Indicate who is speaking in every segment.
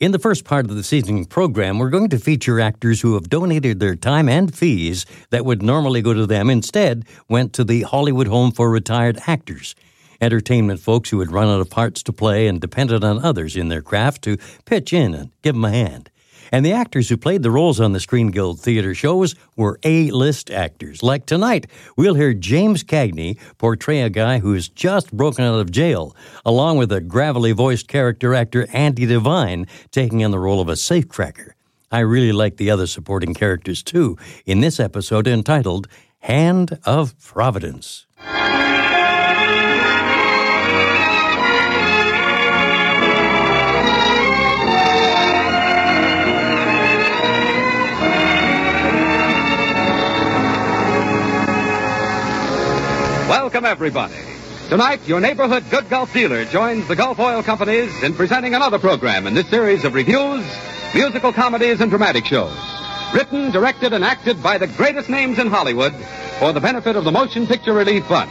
Speaker 1: In the first part of this evening's program, we're going to feature actors who have donated their time and fees that would normally go to them. Instead, went to the Hollywood Home for Retired Actors, entertainment folks who had run out of parts to play and depended on others in their craft to pitch in and give them a hand. And the actors who played the roles on the Screen Guild theater shows were A list actors. Like tonight, we'll hear James Cagney portray a guy who's just broken out of jail, along with a gravelly voiced character actor Andy Devine taking on the role of a safecracker. I really like the other supporting characters too in this episode entitled Hand of Providence.
Speaker 2: Welcome, everybody. Tonight, your neighborhood Good Gulf dealer joins the Gulf Oil Companies in presenting another program in this series of reviews, musical comedies, and dramatic shows. Written, directed, and acted by the greatest names in Hollywood for the benefit of the Motion Picture Relief Fund.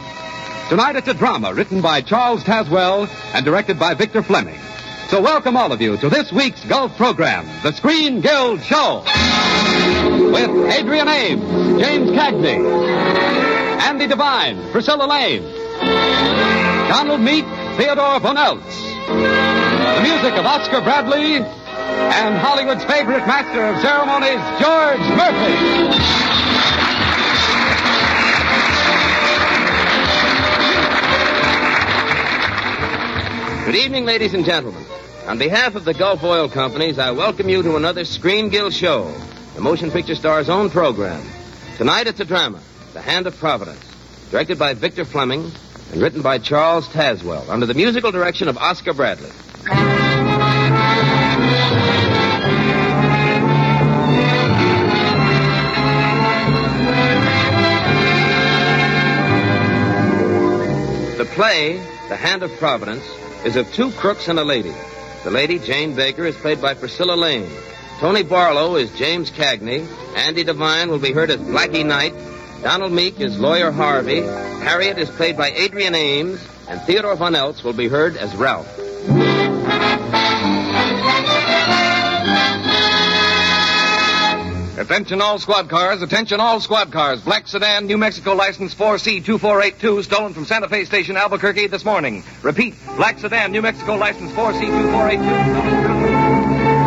Speaker 2: Tonight, it's a drama written by Charles Taswell and directed by Victor Fleming. So, welcome all of you to this week's Gulf program, The Screen Guild Show, with Adrian Ames, James Cagney, Andy Devine, Priscilla Lane, Donald Meek, Theodore Von Eltz, the music of Oscar Bradley, and Hollywood's favorite master of ceremonies, George Murphy.
Speaker 3: Good evening, ladies and gentlemen. On behalf of the Gulf Oil Companies, I welcome you to another Screen Guild show, the motion picture star's own program. Tonight it's a drama, The Hand of Providence, directed by Victor Fleming and written by Charles Taswell, under the musical direction of Oscar Bradley. The play, The Hand of Providence, is of two crooks and a lady. The lady, Jane Baker, is played by Priscilla Lane. Tony Barlow is James Cagney. Andy Devine will be heard as Blackie Knight. Donald Meek is Lawyer Harvey. Harriet is played by Adrian Ames. And Theodore Von Eltz will be heard as Ralph.
Speaker 2: Attention all squad cars, attention all squad cars. Black sedan, New Mexico license 4C2482, stolen from Santa Fe Station, Albuquerque this morning. Repeat, black sedan, New Mexico license 4C2482.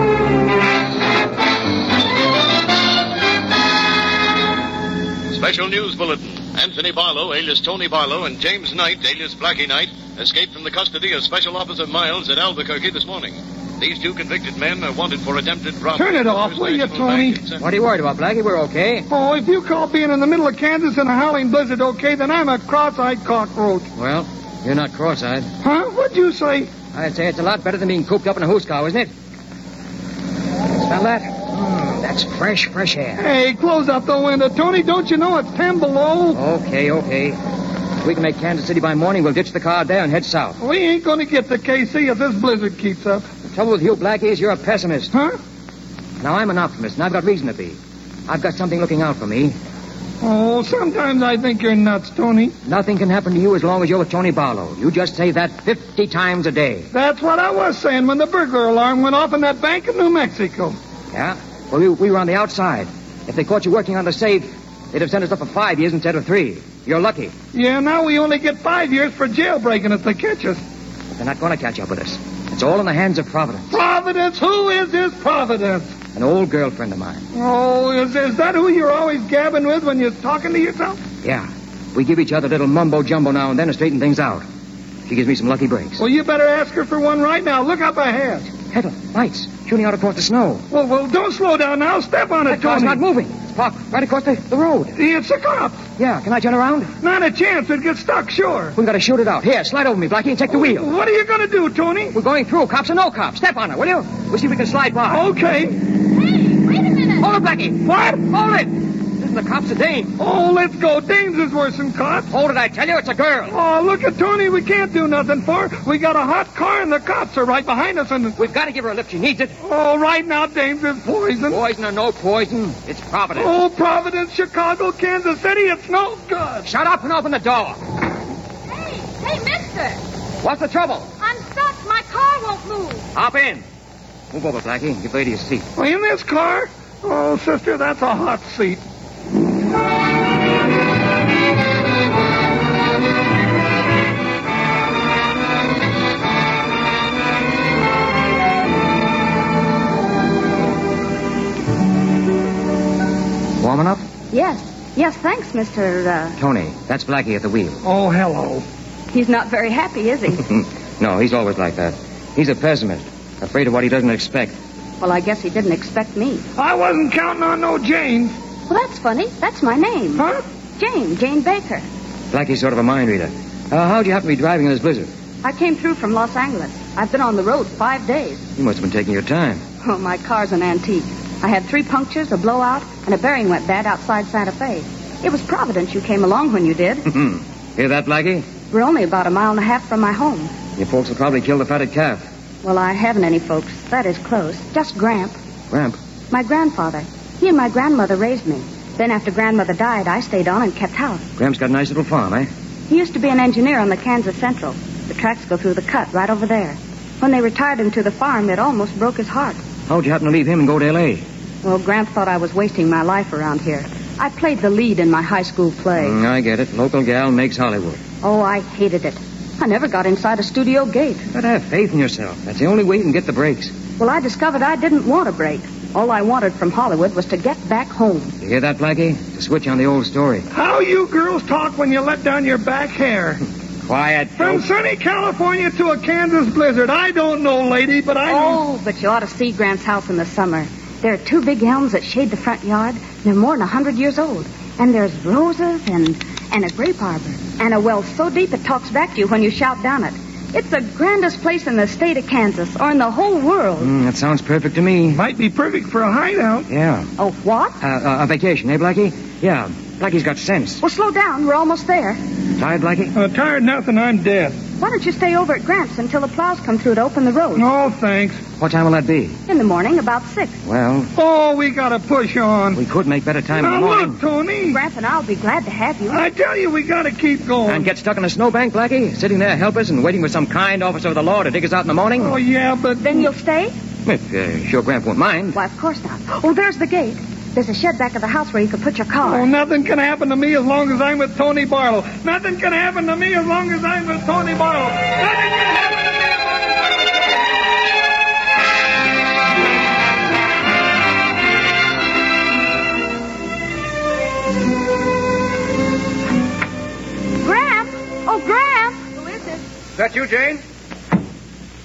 Speaker 4: Special news bulletin. Anthony Barlow, alias Tony Barlow, and James Knight, alias Blackie Knight, escaped from the custody of Special Officer Miles at Albuquerque this morning. These two convicted men are wanted for attempted robbery.
Speaker 5: Turn it off, will you, Tony?
Speaker 6: What are you worried about, Blackie? We're okay.
Speaker 5: Oh, if you call being in the middle of Kansas in a howling blizzard okay, then I'm a cross-eyed cockroach.
Speaker 6: Well, you're not cross-eyed.
Speaker 5: Huh? What'd you say?
Speaker 6: I'd say it's a lot better than being cooped up in a hose cow, isn't it? Smell that? Mm, that's fresh, fresh air.
Speaker 5: Hey, close up the window, Tony. Don't you know it's ten below?
Speaker 6: Okay, okay. If we can make Kansas City by morning, we'll ditch the car there and head south.
Speaker 5: We ain't gonna get to KC if this blizzard keeps up.
Speaker 6: The trouble with you, Blackie, is you're a pessimist.
Speaker 5: Huh?
Speaker 6: Now, I'm an optimist, and I've got reason to be. I've got something looking out for me.
Speaker 5: Oh, sometimes I think you're nuts, Tony.
Speaker 6: Nothing can happen to you as long as you're with Tony Barlow. You just say that 50 times a day.
Speaker 5: That's what I was saying when the burglar alarm went off in that bank in New Mexico.
Speaker 6: Yeah? Well, we, we were on the outside. If they caught you working on the safe, they'd have sent us up for five years instead of three. You're lucky.
Speaker 5: Yeah, now we only get five years for jailbreaking if they catch us.
Speaker 6: They're not going to catch up with us. It's all in the hands of Providence.
Speaker 5: Providence, who is this Providence?
Speaker 6: An old girlfriend of mine.
Speaker 5: Oh, is, is that who you're always gabbing with when you're talking to yourself?
Speaker 6: Yeah. We give each other a little mumbo jumbo now and then to straighten things out. She gives me some lucky breaks.
Speaker 5: Well, you better ask her for one right now. Look up ahead.
Speaker 6: Headlights, lights, shooting out across the snow.
Speaker 5: Well, well, don't slow down now. Step on it,
Speaker 6: That car's
Speaker 5: Tony.
Speaker 6: not moving. It's parked right across the, the road.
Speaker 5: It's a cop.
Speaker 6: Yeah, can I turn around?
Speaker 5: Not a chance. It'd get stuck, sure.
Speaker 6: We've got to shoot it out. Here, slide over me, Blackie, and take the wheel.
Speaker 5: What are you going to do, Tony?
Speaker 6: We're going through, cops or no cops. Step on her, will you? We'll see if we can slide by.
Speaker 5: Okay.
Speaker 7: Wait a minute.
Speaker 6: Hold it, Blackie.
Speaker 5: What?
Speaker 6: Hold it. This is the cops of Dane.
Speaker 5: Oh, let's go. Danes is worse than cops.
Speaker 6: Hold it, I tell you, it's a girl.
Speaker 5: Oh, look at Tony. We can't do nothing for her. We got a hot car, and the cops are right behind us. And
Speaker 6: We've got to give her a lift. She needs it.
Speaker 5: oh, right now, Danes is poison.
Speaker 6: Poison or no poison, it's Providence.
Speaker 5: Oh, Providence, Chicago, Kansas City, it's no good.
Speaker 6: Shut up and open the door.
Speaker 7: Hey, hey, mister.
Speaker 6: What's the trouble?
Speaker 7: I'm stuck. My car won't move.
Speaker 6: Hop in. Move over, Blackie, and give lady a seat.
Speaker 5: In this car? Oh, sister, that's a hot seat.
Speaker 6: Warming up?
Speaker 8: Yes. Yes, thanks, Mr. Uh,
Speaker 6: Tony, that's Blackie at the wheel.
Speaker 5: Oh, hello.
Speaker 8: he's not very happy, is he?
Speaker 6: No, he's always like that. He's a pessimist, afraid of what he doesn't expect.
Speaker 8: well, I guess he didn't expect me.
Speaker 5: I wasn't counting on no James.
Speaker 8: Well, that's funny. That's my name.
Speaker 5: Huh?
Speaker 8: Jane, Jane Baker.
Speaker 6: Blackie's sort of a mind reader. Uh, how'd you happen to be driving in this blizzard?
Speaker 8: I came through from Los Angeles. I've been on the road five days.
Speaker 6: You must have been taking your time.
Speaker 8: Oh, my car's an antique. I had three punctures, a blowout, and a bearing went bad outside Santa Fe. It was Providence you came along when you did.
Speaker 6: Hmm. Hear that, Blackie?
Speaker 8: We're only about a mile and a half from my home.
Speaker 6: Your folks will probably kill the fatted calf.
Speaker 8: Well, I haven't any folks. That is close. Just Gramp.
Speaker 6: Ramp.
Speaker 8: My grandfather. He and my grandmother raised me. Then after grandmother died, I stayed on and kept house.
Speaker 6: Graham's got a nice little farm, eh?
Speaker 8: He used to be an engineer on the Kansas Central. The tracks go through the cut right over there. When they retired him to the farm, it almost broke his heart.
Speaker 6: How'd you happen to leave him and go to L.A.?
Speaker 8: Well, Gramp thought I was wasting my life around here. I played the lead in my high school play.
Speaker 6: Mm, I get it. Local gal makes Hollywood.
Speaker 8: Oh, I hated it. I never got inside a studio gate.
Speaker 6: You gotta have faith in yourself. That's the only way you can get the breaks.
Speaker 8: Well, I discovered I didn't want a break. All I wanted from Hollywood was to get back home.
Speaker 6: You hear that, Blackie? It's a switch on the old story.
Speaker 5: How you girls talk when you let down your back hair.
Speaker 6: Quiet.
Speaker 5: From sunny California to a Kansas blizzard. I don't know, lady, but I know.
Speaker 8: Oh, but you ought to see Grant's house in the summer. There are two big elms that shade the front yard. They're more than a hundred years old. And there's roses and and a grape arbor. And a well so deep it talks back to you when you shout down it. It's the grandest place in the state of Kansas or in the whole world.
Speaker 6: Mm, that sounds perfect to me.
Speaker 5: Might be perfect for a hideout.
Speaker 6: Yeah.
Speaker 8: Oh, what?
Speaker 6: Uh, uh, a vacation, eh, Blackie? Yeah. Blackie's got sense.
Speaker 8: Well, slow down. We're almost there.
Speaker 6: Tired, Blackie?
Speaker 5: Uh, tired nothing, I'm dead.
Speaker 8: Why don't you stay over at Grant's until the plows come through to open the road?
Speaker 5: No, thanks.
Speaker 6: What time will that be?
Speaker 8: In the morning, about six.
Speaker 6: Well,
Speaker 5: Oh, we gotta push on.
Speaker 6: we could make better time in the
Speaker 5: Now
Speaker 6: morning.
Speaker 5: look, Tony.
Speaker 8: Grant and I'll be glad to have you.
Speaker 5: I tell you, we gotta keep going.
Speaker 6: And get stuck in a snowbank, Blackie? Sitting there helpless and waiting for some kind officer of the law to dig us out in the morning?
Speaker 5: Oh, yeah, but
Speaker 8: Then you'll stay?
Speaker 6: If uh, sure Gramp won't mind.
Speaker 8: Why, of course not. Oh, there's the gate. There's a shed back of the house where you could put your car.
Speaker 5: Oh, nothing can happen to me as long as I'm with Tony Barlow. Nothing can happen to me as long as I'm with Tony Barlow. Nothing can happen to me as long as I'm with Tony Barlow.
Speaker 8: Gramp! Oh, Gramp! Who is it?
Speaker 9: Is that you, Jane?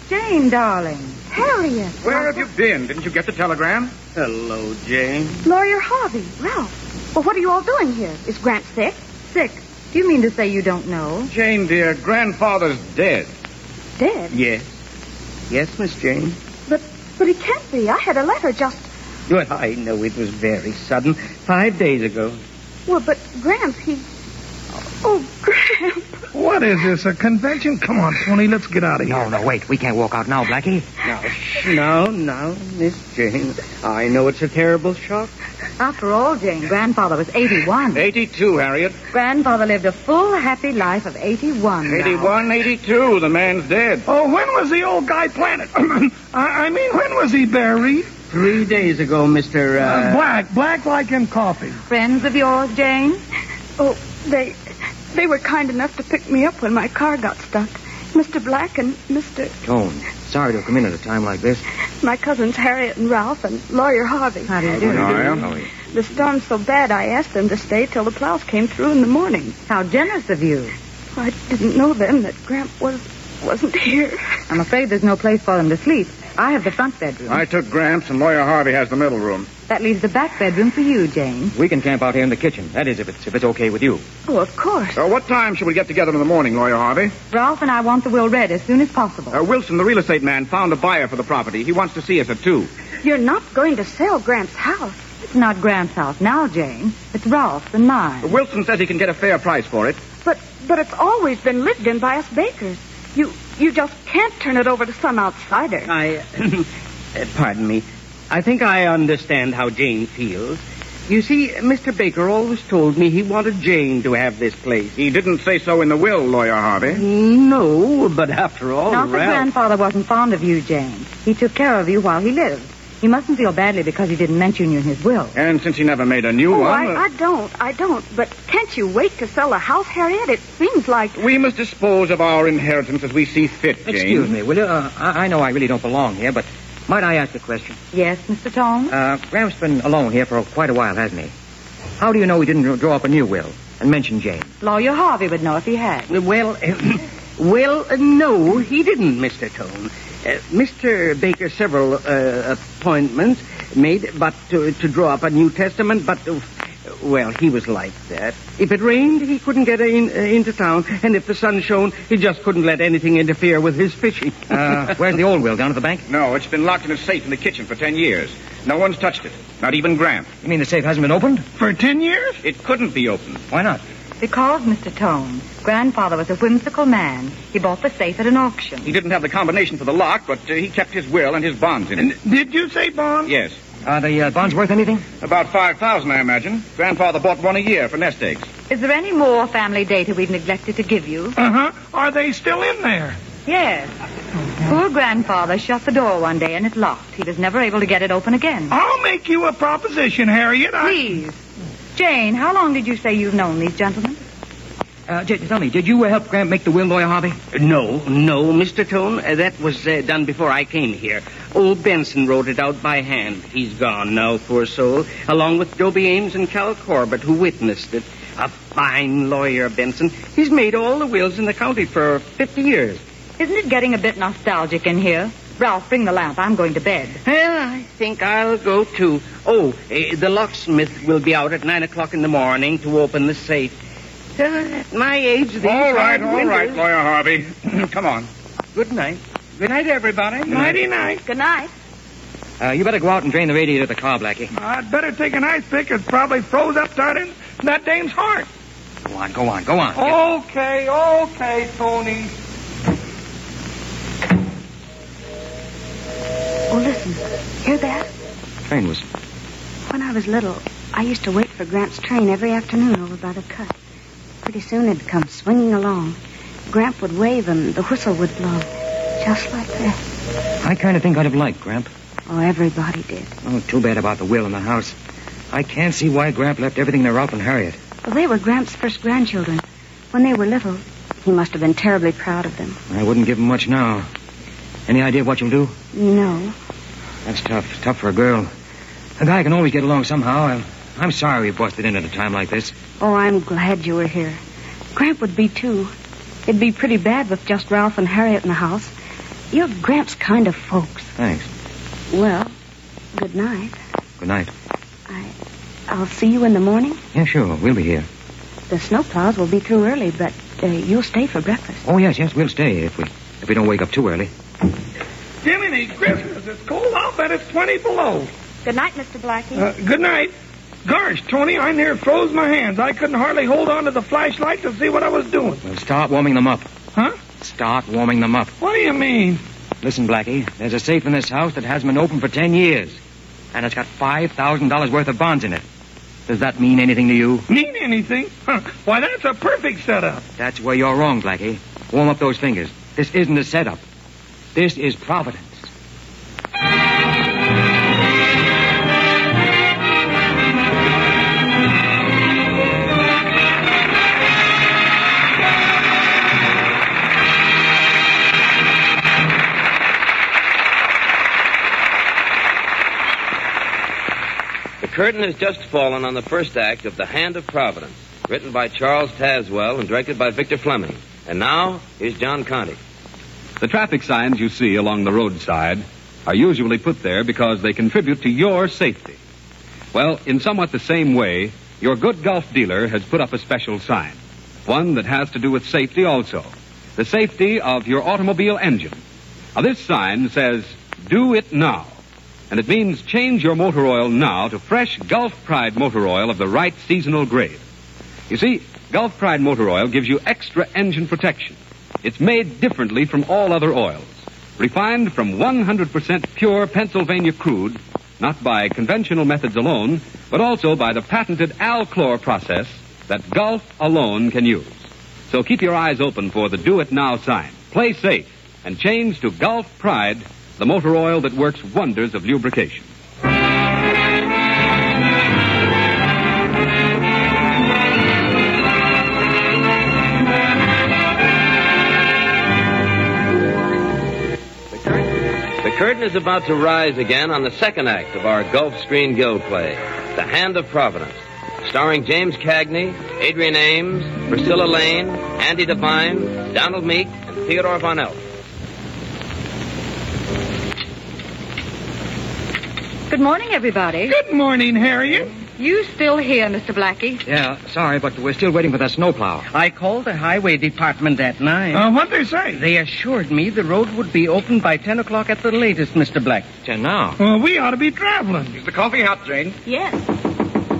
Speaker 8: Jane, darling. Harriet.
Speaker 9: Where have you been? Didn't you get the telegram? Hello, Jane.
Speaker 8: Lawyer Harvey. Ralph. Well, what are you all doing here? Is Gramp sick? Sick? Do you mean to say you don't know?
Speaker 9: Jane, dear, grandfather's dead.
Speaker 8: Dead?
Speaker 9: Yes. Yes, Miss Jane.
Speaker 8: But but he can't be. I had a letter just...
Speaker 9: Well, I know it was very sudden. Five days ago.
Speaker 8: Well, but Gramp, he... Oh, Gramp.
Speaker 5: What is this, a convention? Come on, Tony, let's get out of here.
Speaker 6: No, no, wait. We can't walk out now, Blackie.
Speaker 9: Now, sh- now, now, Miss Jane. I know it's a terrible shock.
Speaker 8: After all, Jane, Grandfather was 81.
Speaker 9: 82, Harriet.
Speaker 8: Grandfather lived a full, happy life of 81
Speaker 9: 81, 82. The man's dead.
Speaker 5: Oh, when was the old guy planted? I, I mean, when was he buried?
Speaker 9: Three days ago, Mr.
Speaker 5: Uh, black, black like in coffee.
Speaker 8: Friends of yours, Jane? Oh, they... They were kind enough to pick me up when my car got stuck. Mr. Black and Mr...
Speaker 6: Tone, sorry to have come in at a time like this.
Speaker 8: My cousins Harriet and Ralph and lawyer Harvey.
Speaker 6: How do you
Speaker 9: How are you?
Speaker 10: The storm's so bad, I asked them to stay till the plows came through in the morning.
Speaker 11: How generous of you.
Speaker 10: I didn't know then that Gramp was, wasn't here.
Speaker 11: I'm afraid there's no place for them to sleep. I have the front bedroom.
Speaker 12: I took Gramps, and Lawyer Harvey has the middle room.
Speaker 11: That leaves the back bedroom for you, Jane.
Speaker 6: We can camp out here in the kitchen. That is, if it's, if it's okay with you.
Speaker 10: Oh, of course.
Speaker 12: So what time should we get together in the morning, Lawyer Harvey?
Speaker 11: Ralph and I want the will read as soon as possible.
Speaker 12: Uh, Wilson, the real estate man, found a buyer for the property. He wants to see us at 2.
Speaker 8: You're not going to sell Gramp's house.
Speaker 11: It's not Gramp's house now, Jane. It's Ralph's and mine.
Speaker 12: Uh, Wilson says he can get a fair price for it.
Speaker 8: But but it's always been lived in by us bakers. You you just can't turn it over to some outsider.
Speaker 9: I. uh, pardon me. I think I understand how Jane feels. You see, Mr. Baker always told me he wanted Jane to have this place.
Speaker 12: He didn't say so in the will, Lawyer Harvey.
Speaker 9: No, but after
Speaker 12: Oh,
Speaker 9: all,
Speaker 11: Not that
Speaker 9: Ralph-
Speaker 11: grandfather wasn't fond of you, Jane. He took care of you while he lived. You mustn't feel badly because he didn't mention you in his will.
Speaker 12: And since he never made a new
Speaker 8: Oh,
Speaker 12: one, uh,
Speaker 8: I, I don't, I don't. But can't you wait to sell a house, Harriet? It seems like
Speaker 12: we must dispose of our inheritance as we see fit, Jane.
Speaker 6: Excuse me, will you? Uh, I, I know I really don't belong here, but might I ask a question?
Speaker 11: Yes, Mr. Tong?
Speaker 6: Uh, Graham's been alone here for quite a while, hasn't he? How do you know he didn't draw up a new will and mention Jane?
Speaker 11: Lawyer Harvey would know if he had.
Speaker 9: Well, well, uh, no, he didn't, Mr. Tone. Uh, Mr. Baker, several uh, appointments made, but to, to draw up a New Testament, but, uh, well, he was like that. If it rained, he couldn't get in, uh, into town, and if the sun shone, he just couldn't let anything interfere with his fishing.
Speaker 6: Uh, where's the old will? Down at the bank?
Speaker 12: No, it's been locked in a safe in the kitchen for ten years. No one's touched it, not even Grant.
Speaker 6: You mean the safe hasn't been opened?
Speaker 12: For ten years? It couldn't be opened.
Speaker 6: Why not?
Speaker 11: Because, Mr. Tone, grandfather was a whimsical man. He bought the safe at an auction.
Speaker 12: He didn't have the combination for the lock, but uh, he kept his will and his bonds in it.
Speaker 9: Did you say bond?
Speaker 12: Yes.
Speaker 6: Are the uh, bonds worth anything?
Speaker 12: About 5000 I imagine. Grandfather bought one a year for nest eggs.
Speaker 11: Is there any more family data we've neglected to give you?
Speaker 5: Uh huh. Are they still in there?
Speaker 11: Yes. Poor grandfather shut the door one day and it locked. He was never able to get it open again.
Speaker 5: I'll make you a proposition, Harriet. I...
Speaker 11: Please. Jane, how long did you say you've known these gentlemen?
Speaker 6: Uh, j- tell me, did you uh, help Graham make the will, Lawyer Harvey?
Speaker 9: No, no, Mr. Tone. Uh, that was uh, done before I came here. Old Benson wrote it out by hand. He's gone now, poor soul, along with Dobie Ames and Cal Corbett, who witnessed it. A fine lawyer, Benson. He's made all the wills in the county for 50 years.
Speaker 11: Isn't it getting a bit nostalgic in here? Ralph, bring the lamp. I'm going to bed.
Speaker 9: Well, I think I'll go too. Oh, eh, the locksmith will be out at 9 o'clock in the morning to open the safe. Uh, at my age, these
Speaker 12: All right,
Speaker 9: hard
Speaker 12: all right,
Speaker 9: winters-
Speaker 12: Lawyer Harvey. Come on.
Speaker 9: Good night. Good night, everybody.
Speaker 5: Nighty night.
Speaker 8: good night.
Speaker 6: Uh, you better go out and drain the radiator of the car, Blackie.
Speaker 5: I'd better take an ice pick. It's probably froze up tight in that dame's heart.
Speaker 6: Go on, go on, go on.
Speaker 5: Oh. Okay, okay, Tony.
Speaker 8: Oh, listen, hear that?
Speaker 6: Train was.
Speaker 8: When I was little, I used to wait for Gramp's train every afternoon over by the cut. Pretty soon it'd come swinging along. Gramp would wave and the whistle would blow, just like that.
Speaker 6: I kind of think I'd have liked Gramp.
Speaker 8: Oh, everybody did.
Speaker 6: Oh, too bad about the will in the house. I can't see why Gramp left everything to Ralph and Harriet.
Speaker 8: Well, they were Gramp's first grandchildren. When they were little, he must have been terribly proud of them.
Speaker 6: I wouldn't give him much now. Any idea what you'll do?
Speaker 8: No.
Speaker 6: That's tough. Tough for a girl. A guy can always get along somehow. I'm, I'm sorry we busted in at a time like this.
Speaker 8: Oh, I'm glad you were here. Gramp would be, too. It'd be pretty bad with just Ralph and Harriet in the house. You're Gramp's kind of folks.
Speaker 6: Thanks.
Speaker 8: Well, good night.
Speaker 6: Good night.
Speaker 8: I, I'll see you in the morning.
Speaker 6: Yeah, sure. We'll be here.
Speaker 8: The snowplows will be through early, but uh, you'll stay for breakfast.
Speaker 6: Oh, yes, yes. We'll stay if we if we don't wake up too early.
Speaker 5: Jiminy Christmas, it's cold. I'll bet it's 20 below.
Speaker 8: Good night, Mr. Blackie.
Speaker 5: Uh, good night. Gosh, Tony, I near froze my hands. I couldn't hardly hold on to the flashlight to see what I was doing.
Speaker 6: We'll start warming them up.
Speaker 5: Huh?
Speaker 6: Start warming them up.
Speaker 5: What do you mean?
Speaker 6: Listen, Blackie. There's a safe in this house that hasn't been opened for ten years, and it's got five thousand dollars worth of bonds in it. Does that mean anything to you?
Speaker 5: Mean anything? Huh. Why, that's a perfect setup.
Speaker 6: That's where you're wrong, Blackie. Warm up those fingers. This isn't a setup. This is Providence.
Speaker 3: The curtain has just fallen on the first act of The Hand of Providence, written by Charles Taswell and directed by Victor Fleming. And now, here's John Conti.
Speaker 2: The traffic signs you see along the roadside are usually put there because they contribute to your safety. Well, in somewhat the same way, your good golf dealer has put up a special sign, one that has to do with safety also the safety of your automobile engine. Now, this sign says, Do it now. And it means change your motor oil now to fresh Gulf Pride motor oil of the right seasonal grade. You see, Gulf Pride motor oil gives you extra engine protection. It's made differently from all other oils, refined from 100% pure Pennsylvania crude, not by conventional methods alone, but also by the patented Alclor process that Gulf alone can use. So keep your eyes open for the Do It Now sign. Play safe and change to Gulf Pride, the motor oil that works wonders of lubrication.
Speaker 3: The curtain is about to rise again on the second act of our Gulf Screen Guild play, The Hand of Providence, starring James Cagney, Adrian Ames, Priscilla Lane, Andy Devine, Donald Meek, and Theodore Von Elf.
Speaker 11: Good morning, everybody.
Speaker 5: Good morning, Harriet.
Speaker 11: You still here, Mr. Blackie?
Speaker 6: Yeah, sorry, but we're still waiting for that snowplow.
Speaker 9: I called the highway department that night.
Speaker 5: Uh, what'd they say?
Speaker 9: They assured me the road would be open by 10 o'clock at the latest, Mr. Black.
Speaker 6: Ten now.
Speaker 5: Well, we ought to be traveling.
Speaker 12: Is the coffee hot, Jane?
Speaker 11: Yes.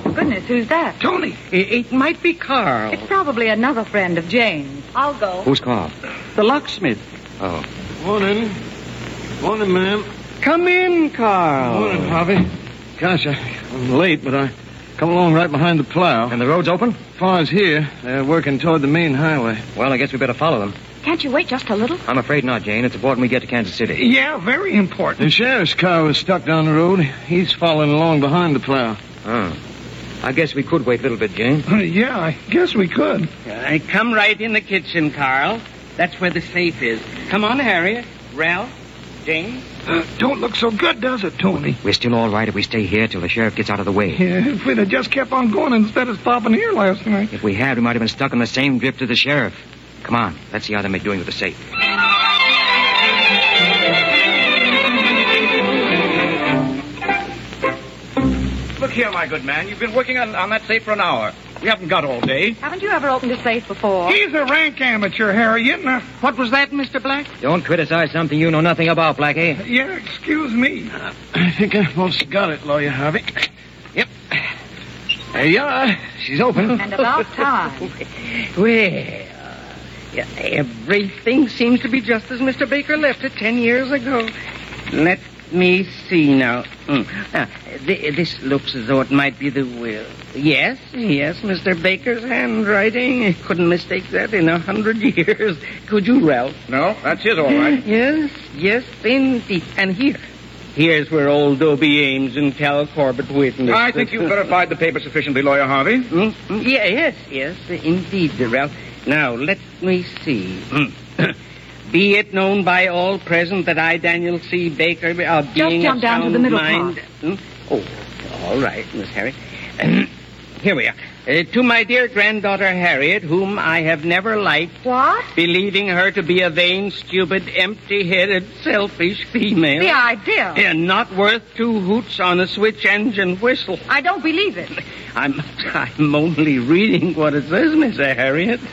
Speaker 11: Goodness, who's that?
Speaker 5: Tony.
Speaker 9: It, it might be Carl.
Speaker 11: It's probably another friend of Jane's. I'll go.
Speaker 6: Who's Carl?
Speaker 9: The locksmith.
Speaker 6: Oh.
Speaker 13: Morning. Morning, ma'am.
Speaker 9: Come in, Carl.
Speaker 13: Morning, Poppy. Gosh, I, am late, but I come along right behind the plow.
Speaker 6: And the road's open?
Speaker 13: Far's here. They're working toward the main highway.
Speaker 6: Well, I guess we better follow them.
Speaker 8: Can't you wait just a little?
Speaker 6: I'm afraid not, Jane. It's important we get to Kansas City.
Speaker 5: Yeah, very important.
Speaker 13: The sheriff's car was stuck down the road. He's following along behind the plow.
Speaker 6: Oh. I guess we could wait a little bit, Jane.
Speaker 5: yeah, I guess we could.
Speaker 9: Uh, come right in the kitchen, Carl. That's where the safe is. Come on, Harriet. Ralph. Jane.
Speaker 5: Uh, don't look so good, does it, Tony?
Speaker 6: We're still all right if we stay here till the sheriff gets out of the way.
Speaker 5: Yeah, if we'd have just kept on going instead of stopping here last night.
Speaker 6: If we had, we might have been stuck on the same drift as the sheriff. Come on, let's see how they make doing with the safe.
Speaker 12: Look here, my good man. You've been working on, on that safe for an hour. We haven't got all day.
Speaker 11: Haven't you ever opened a safe before?
Speaker 5: He's a rank amateur, Harriet. uh, Now,
Speaker 9: What was that, Mr. Black?
Speaker 6: Don't criticize something you know nothing about, Blackie.
Speaker 5: yeah, excuse me.
Speaker 13: I think I almost got it, Lawyer Harvey. Yep. There you are. She's open.
Speaker 11: And about time.
Speaker 9: Well, yeah, everything seems to be just as Mr. Baker left it ten years ago. Let me see now. Mm. Ah, th- this looks as though it might be the will. Yes, yes, Mr. Baker's handwriting. I couldn't mistake that in a hundred years. Could you, Ralph?
Speaker 12: No, that's his, all right.
Speaker 9: Yes, yes, indeed. And here. Here's where old Dobie Ames and Cal Corbett witnessed.
Speaker 12: I think you've verified the Hmm? paper sufficiently, Lawyer Harvey.
Speaker 9: Mm, mm, Yeah, yes, yes, indeed, Ralph. Now, let me see.
Speaker 12: Hmm.
Speaker 9: Mm. Be it known by all present that I, Daniel C. Baker, uh, being
Speaker 11: jump down to
Speaker 9: of sound
Speaker 11: the middle
Speaker 9: mind... Hmm? Oh, all right, Miss Harriet. Here we are. Uh, to my dear granddaughter Harriet, whom I have never liked,
Speaker 11: What?
Speaker 9: believing her to be a vain, stupid, empty-headed, selfish female,
Speaker 11: The idea.
Speaker 9: and not worth two hoots on a switch engine whistle.
Speaker 11: I don't believe it.
Speaker 9: I'm, I'm only reading what it says, Miss Harriet.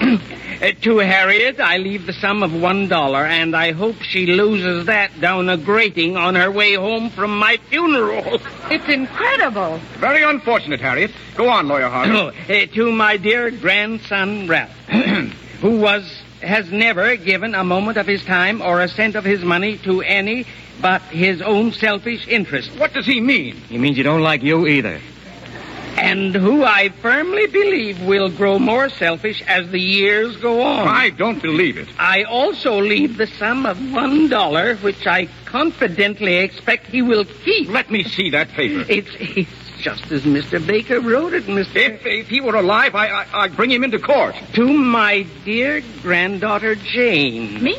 Speaker 9: Uh, to Harriet, I leave the sum of one dollar, and I hope she loses that down a grating on her way home from my funeral.
Speaker 11: It's incredible.
Speaker 12: Very unfortunate, Harriet. Go on, Lawyer Harvey.
Speaker 9: Oh, uh, to my dear grandson Ralph, who was has never given a moment of his time or a cent of his money to any but his own selfish interest.
Speaker 12: what does he mean?
Speaker 6: He means you don't like you either.
Speaker 9: and who I firmly believe will grow more selfish as the years go on.
Speaker 12: I don't believe it.
Speaker 9: I also leave the sum of one dollar, which I confidently expect he will keep.
Speaker 12: Let me see that paper.
Speaker 9: It's, it's just as Mr. Baker wrote it, Mr.
Speaker 12: If, if he were alive, I, I, I'd bring him into court.
Speaker 9: To my dear granddaughter Jane.
Speaker 11: Me?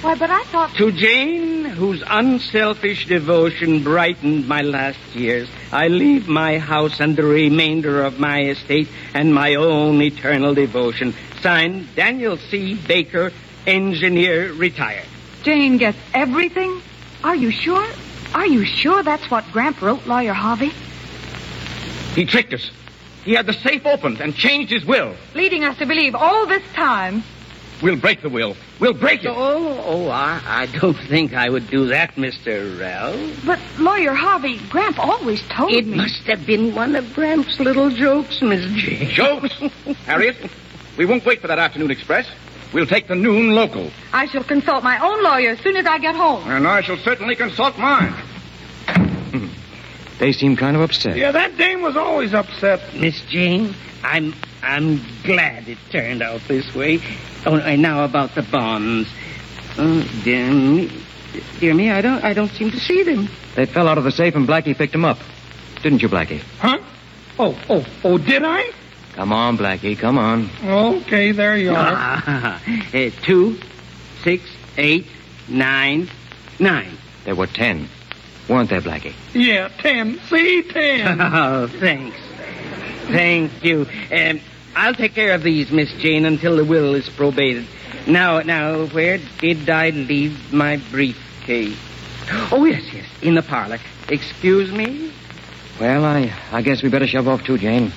Speaker 7: Why, but I thought.
Speaker 13: To Jane, whose unselfish devotion brightened my last years, I leave my house and the remainder of my estate and my own eternal devotion. Signed, Daniel C. Baker, engineer, retired.
Speaker 8: Jane gets everything? Are you sure? Are you sure that's what Gramp wrote, Lawyer Harvey?
Speaker 12: He tricked us. He had the safe opened and changed his will.
Speaker 7: Leading us to believe all this time.
Speaker 12: We'll break the will. We'll break it.
Speaker 13: Oh, oh, I, I don't think I would do that, Mr. Ralph.
Speaker 8: But, Lawyer Harvey, Gramp always told
Speaker 9: It
Speaker 8: me.
Speaker 9: must have been one of Gramp's little jokes, Miss Jane.
Speaker 12: Jokes? Harriet, we won't wait for that afternoon express. We'll take the noon local.
Speaker 7: I shall consult my own lawyer as soon as I get home.
Speaker 12: And I shall certainly consult mine.
Speaker 6: They seem kind of upset.
Speaker 13: Yeah, that dame was always upset.
Speaker 9: Miss Jane, I'm I'm glad it turned out this way. Oh, and now about the bonds. Oh, dear me, dear me, I don't I don't seem to see them.
Speaker 6: They fell out of the safe and Blackie picked them up. Didn't you, Blackie?
Speaker 13: Huh? Oh, oh, oh, did I?
Speaker 6: Come on, Blackie, come on.
Speaker 13: Okay, there you
Speaker 9: Ah.
Speaker 13: are.
Speaker 9: Eh, two, six, eight, nine, nine.
Speaker 6: There were ten. Weren't there, Blackie?
Speaker 13: Yeah, ten. See, ten.
Speaker 9: Oh, thanks. Thank you. Um, I'll take care of these, Miss Jane, until the will is probated. Now, now, where did I leave my briefcase? Oh, yes, yes, in the parlor. Excuse me?
Speaker 6: Well, I, I guess we better shove off too, Jane.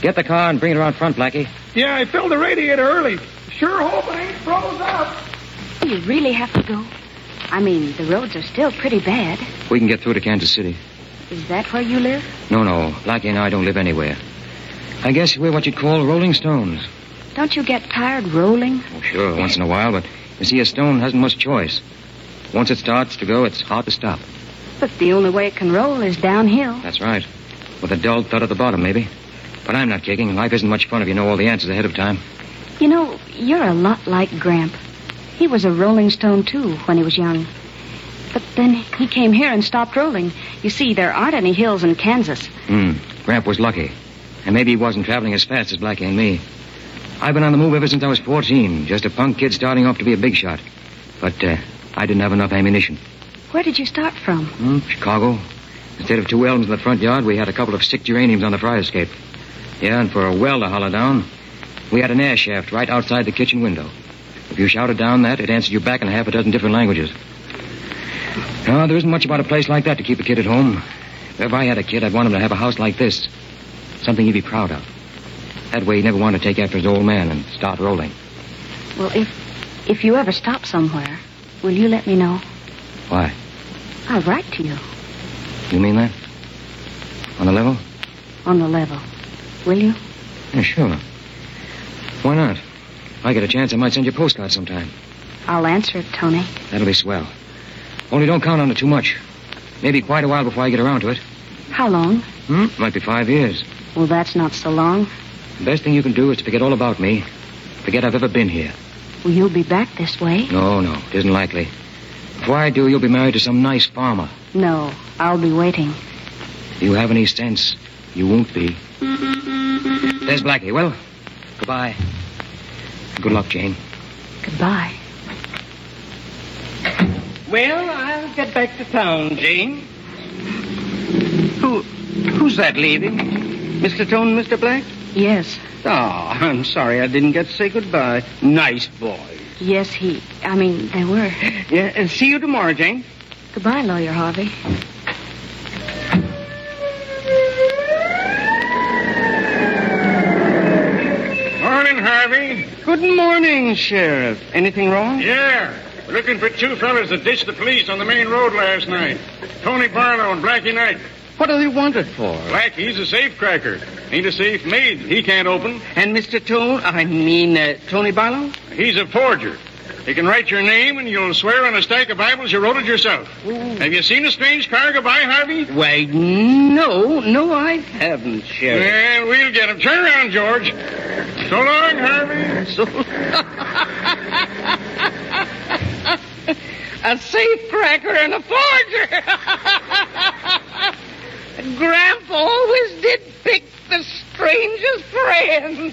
Speaker 6: Get the car and bring it around front, Blackie.
Speaker 5: Yeah, I filled the radiator early. Sure hope it ain't froze up.
Speaker 8: Do you really have to go? I mean, the roads are still pretty bad.
Speaker 6: We can get through to Kansas City.
Speaker 8: Is that where you live?
Speaker 6: No, no. Blackie and I don't live anywhere. I guess we're what you'd call rolling stones.
Speaker 8: Don't you get tired rolling?
Speaker 6: Oh, sure, once in a while, but you see, a stone hasn't much choice. Once it starts to go, it's hard to stop.
Speaker 8: But the only way it can roll is downhill.
Speaker 6: That's right. With a dull thud at the bottom, maybe. But I'm not kicking. Life isn't much fun if you know all the answers ahead of time.
Speaker 8: You know, you're a lot like Gramp. He was a rolling stone, too, when he was young. But then he came here and stopped rolling. You see, there aren't any hills in Kansas.
Speaker 6: Hmm. Gramp was lucky. And maybe he wasn't traveling as fast as Blackie and me. I've been on the move ever since I was 14, just a punk kid starting off to be a big shot. But uh, I didn't have enough ammunition.
Speaker 8: Where did you start from?
Speaker 6: Hmm, Chicago. Instead of two elms in the front yard, we had a couple of sick geraniums on the fire escape. Yeah, and for a well to hollow down, we had an air shaft right outside the kitchen window. If you shouted down that, it answered you back in half a dozen different languages. No, there isn't much about a place like that to keep a kid at home. If I had a kid, I'd want him to have a house like this. Something he'd be proud of. That way he'd never want to take after his old man and start rolling.
Speaker 8: Well, if if you ever stop somewhere, will you let me know?
Speaker 6: Why?
Speaker 8: I'll write to you
Speaker 6: You mean that? On the level?
Speaker 8: on the level. Will you?
Speaker 6: Yeah, sure. Why not? If I get a chance, I might send you a postcard sometime.
Speaker 8: I'll answer it, Tony.
Speaker 6: That'll be swell. Only don't count on it too much. Maybe quite a while before I get around to it.
Speaker 8: How long?
Speaker 6: Hmm? Might be five years.
Speaker 8: Well, that's not so long.
Speaker 6: The best thing you can do is to forget all about me. Forget I've ever been here.
Speaker 8: Well, you'll be back this way.
Speaker 6: No, no, it isn't likely. Before I do, you'll be married to some nice farmer.
Speaker 8: No, I'll be waiting.
Speaker 6: If you have any sense, you won't be. There's Blackie. Well, goodbye. Good luck, Jane.
Speaker 8: Goodbye.
Speaker 13: Well, I'll get back to town, Jane. Who, who's that leaving? Mr. Tone, Mr. Black?
Speaker 8: Yes,
Speaker 13: Oh, I'm sorry I didn't get to say goodbye. Nice boy.
Speaker 8: yes, he. I mean, they were.
Speaker 13: Yeah, and see you tomorrow, Jane.
Speaker 8: Goodbye, Lawyer Harvey.
Speaker 12: Morning, Harvey.
Speaker 13: Good morning, Sheriff. Anything wrong?
Speaker 12: Yeah. We're looking for two fellas that ditched the police on the main road last night. Tony Barlow and Blackie Knight.
Speaker 13: What do they want it for?
Speaker 12: Blackie's a safecracker. Ain't a safe made. He can't open.
Speaker 13: And Mr. Tone, I mean, uh, Tony Barlow?
Speaker 12: He's a forger. He can write your name and you'll swear on a stack of Bibles you wrote it yourself. Have you seen a strange car go by, Harvey?
Speaker 13: Why, no, no, I haven't, Sheriff.
Speaker 12: Well, we'll get him. Turn around, George. So long, Harvey.
Speaker 13: So... a safe cracker and a forger. Grandpa always did pick the strangest friends.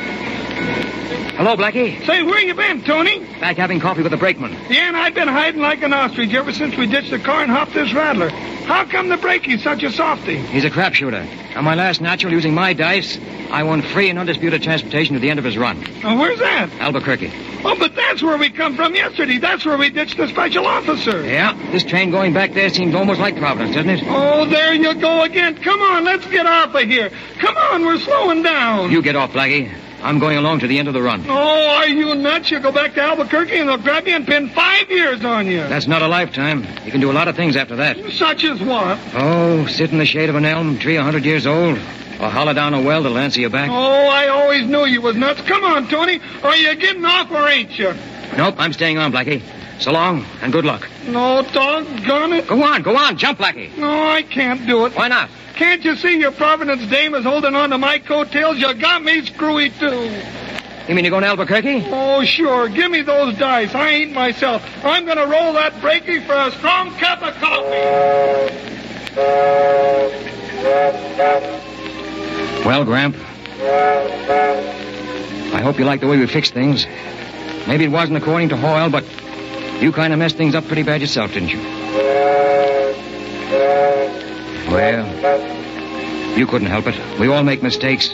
Speaker 6: Hello, Blackie.
Speaker 5: Say, where you been, Tony?
Speaker 6: Back having coffee with the brakeman.
Speaker 5: Yeah, and I've been hiding like an ostrich ever since we ditched the car and hopped this rattler. How come the breakie's such a softy?
Speaker 6: He's a crap shooter. On my last natural, using my dice, I won free and undisputed transportation to the end of his run.
Speaker 5: Uh, where's that?
Speaker 6: Albuquerque.
Speaker 5: Oh, but that's where we come from yesterday. That's where we ditched the special officer.
Speaker 6: Yeah, this train going back there seems almost like Providence, doesn't it?
Speaker 5: Oh, there you go again. Come on, let's get off of here. Come on, we're slowing down.
Speaker 6: You get off, Blackie. I'm going along to the end of the run.
Speaker 5: Oh, are you nuts? You go back to Albuquerque and they'll grab you and pin five years on you.
Speaker 6: That's not a lifetime. You can do a lot of things after that.
Speaker 5: Such as what?
Speaker 6: Oh, sit in the shade of an elm tree a hundred years old, or holler down a well to answer your back.
Speaker 5: Oh, I always knew you was nuts. Come on, Tony. Are you getting off or ain't you?
Speaker 6: Nope, I'm staying on, Blackie. So long, and good luck.
Speaker 5: No, doggone it.
Speaker 6: Go on, go on, jump, Blackie.
Speaker 5: No, I can't do it.
Speaker 6: Why not?
Speaker 5: Can't you see your Providence dame is holding on to my coattails? You got me screwy, too.
Speaker 6: You mean you're going to Albuquerque?
Speaker 5: Oh, sure. Give me those dice. I ain't myself. I'm going to roll that breaky for a strong cup of coffee.
Speaker 6: Well, Gramp, I hope you like the way we fixed things. Maybe it wasn't according to Hoyle, but you kind of messed things up pretty bad yourself, didn't you? Well, you couldn't help it. We all make mistakes.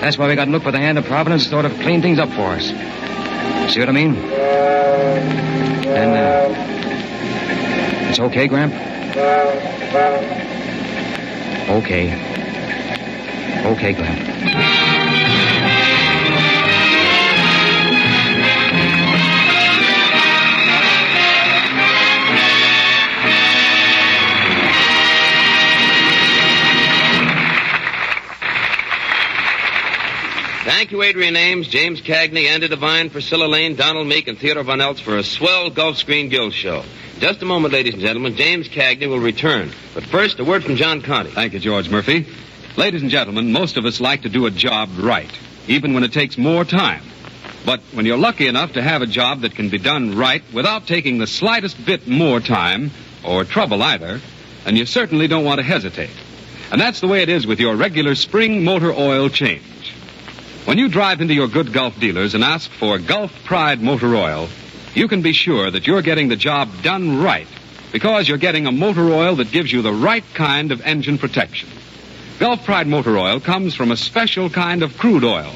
Speaker 6: That's why we got to look for the hand of Providence to sort of clean things up for us. See what I mean? And uh, it's okay, Gramp? Okay. Okay, Glenn.
Speaker 3: Thank you, Adrian Ames, James Cagney, Andy Devine, Priscilla Lane, Donald Meek, and Theodore Von Eltz for a swell Gulf Screen Guild show. Just a moment, ladies and gentlemen. James Cagney will return. But first, a word from John Conti.
Speaker 2: Thank you, George Murphy. Ladies and gentlemen, most of us like to do a job right, even when it takes more time. But when you're lucky enough to have a job that can be done right without taking the slightest bit more time or trouble either, then you certainly don't want to hesitate. And that's the way it is with your regular spring motor oil change. When you drive into your good Gulf dealers and ask for Gulf Pride motor oil, you can be sure that you're getting the job done right because you're getting a motor oil that gives you the right kind of engine protection. Gulf Pride motor oil comes from a special kind of crude oil,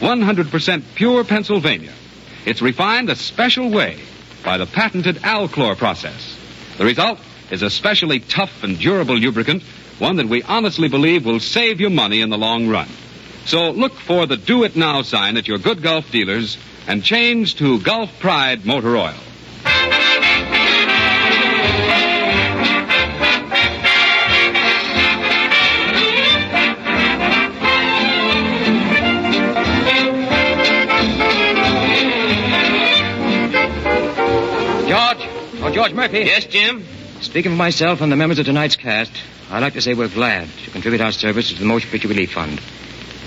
Speaker 2: 100% pure Pennsylvania. It's refined a special way by the patented Alclor process. The result is a specially tough and durable lubricant, one that we honestly believe will save you money in the long run. So look for the Do It Now sign at your good Gulf dealers and change to Gulf Pride motor oil.
Speaker 6: George! Oh, George Murphy.
Speaker 3: Yes, Jim?
Speaker 6: Speaking for myself and the members of tonight's cast, I'd like to say we're glad to contribute our services to the Motion Picture Relief Fund.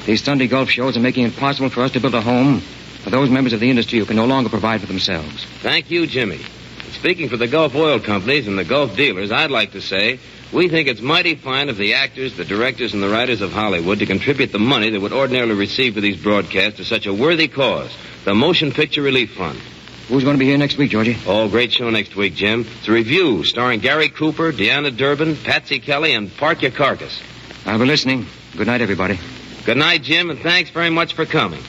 Speaker 6: These Sunday golf shows are making it possible for us to build a home for those members of the industry who can no longer provide for themselves.
Speaker 3: Thank you, Jimmy. Speaking for the Gulf oil companies and the Gulf dealers, I'd like to say we think it's mighty fine of the actors, the directors, and the writers of Hollywood to contribute the money they would ordinarily receive for these broadcasts to such a worthy cause, the Motion Picture Relief Fund.
Speaker 6: Who's going to be here next week, Georgie?
Speaker 3: Oh, great show next week, Jim. It's a review starring Gary Cooper, Deanna Durbin, Patsy Kelly, and Park Your Carcass.
Speaker 6: I'll be listening. Good night, everybody.
Speaker 3: Good night, Jim, and thanks very much for coming.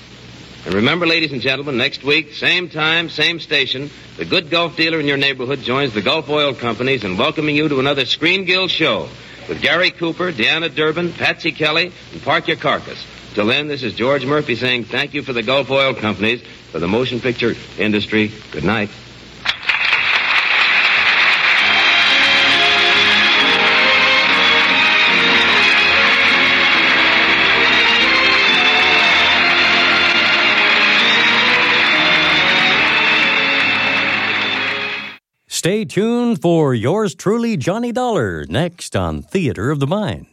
Speaker 3: And remember, ladies and gentlemen, next week, same time, same station, the good Gulf dealer in your neighborhood joins the Gulf Oil Companies in welcoming you to another Screen Guild show with Gary Cooper, Deanna Durbin, Patsy Kelly, and Park Your Carcass. Till then, this is George Murphy saying thank you for the Gulf Oil Companies, for the motion picture industry. Good night.
Speaker 1: Stay tuned for yours truly, Johnny Dollar, next on Theater of the Mind.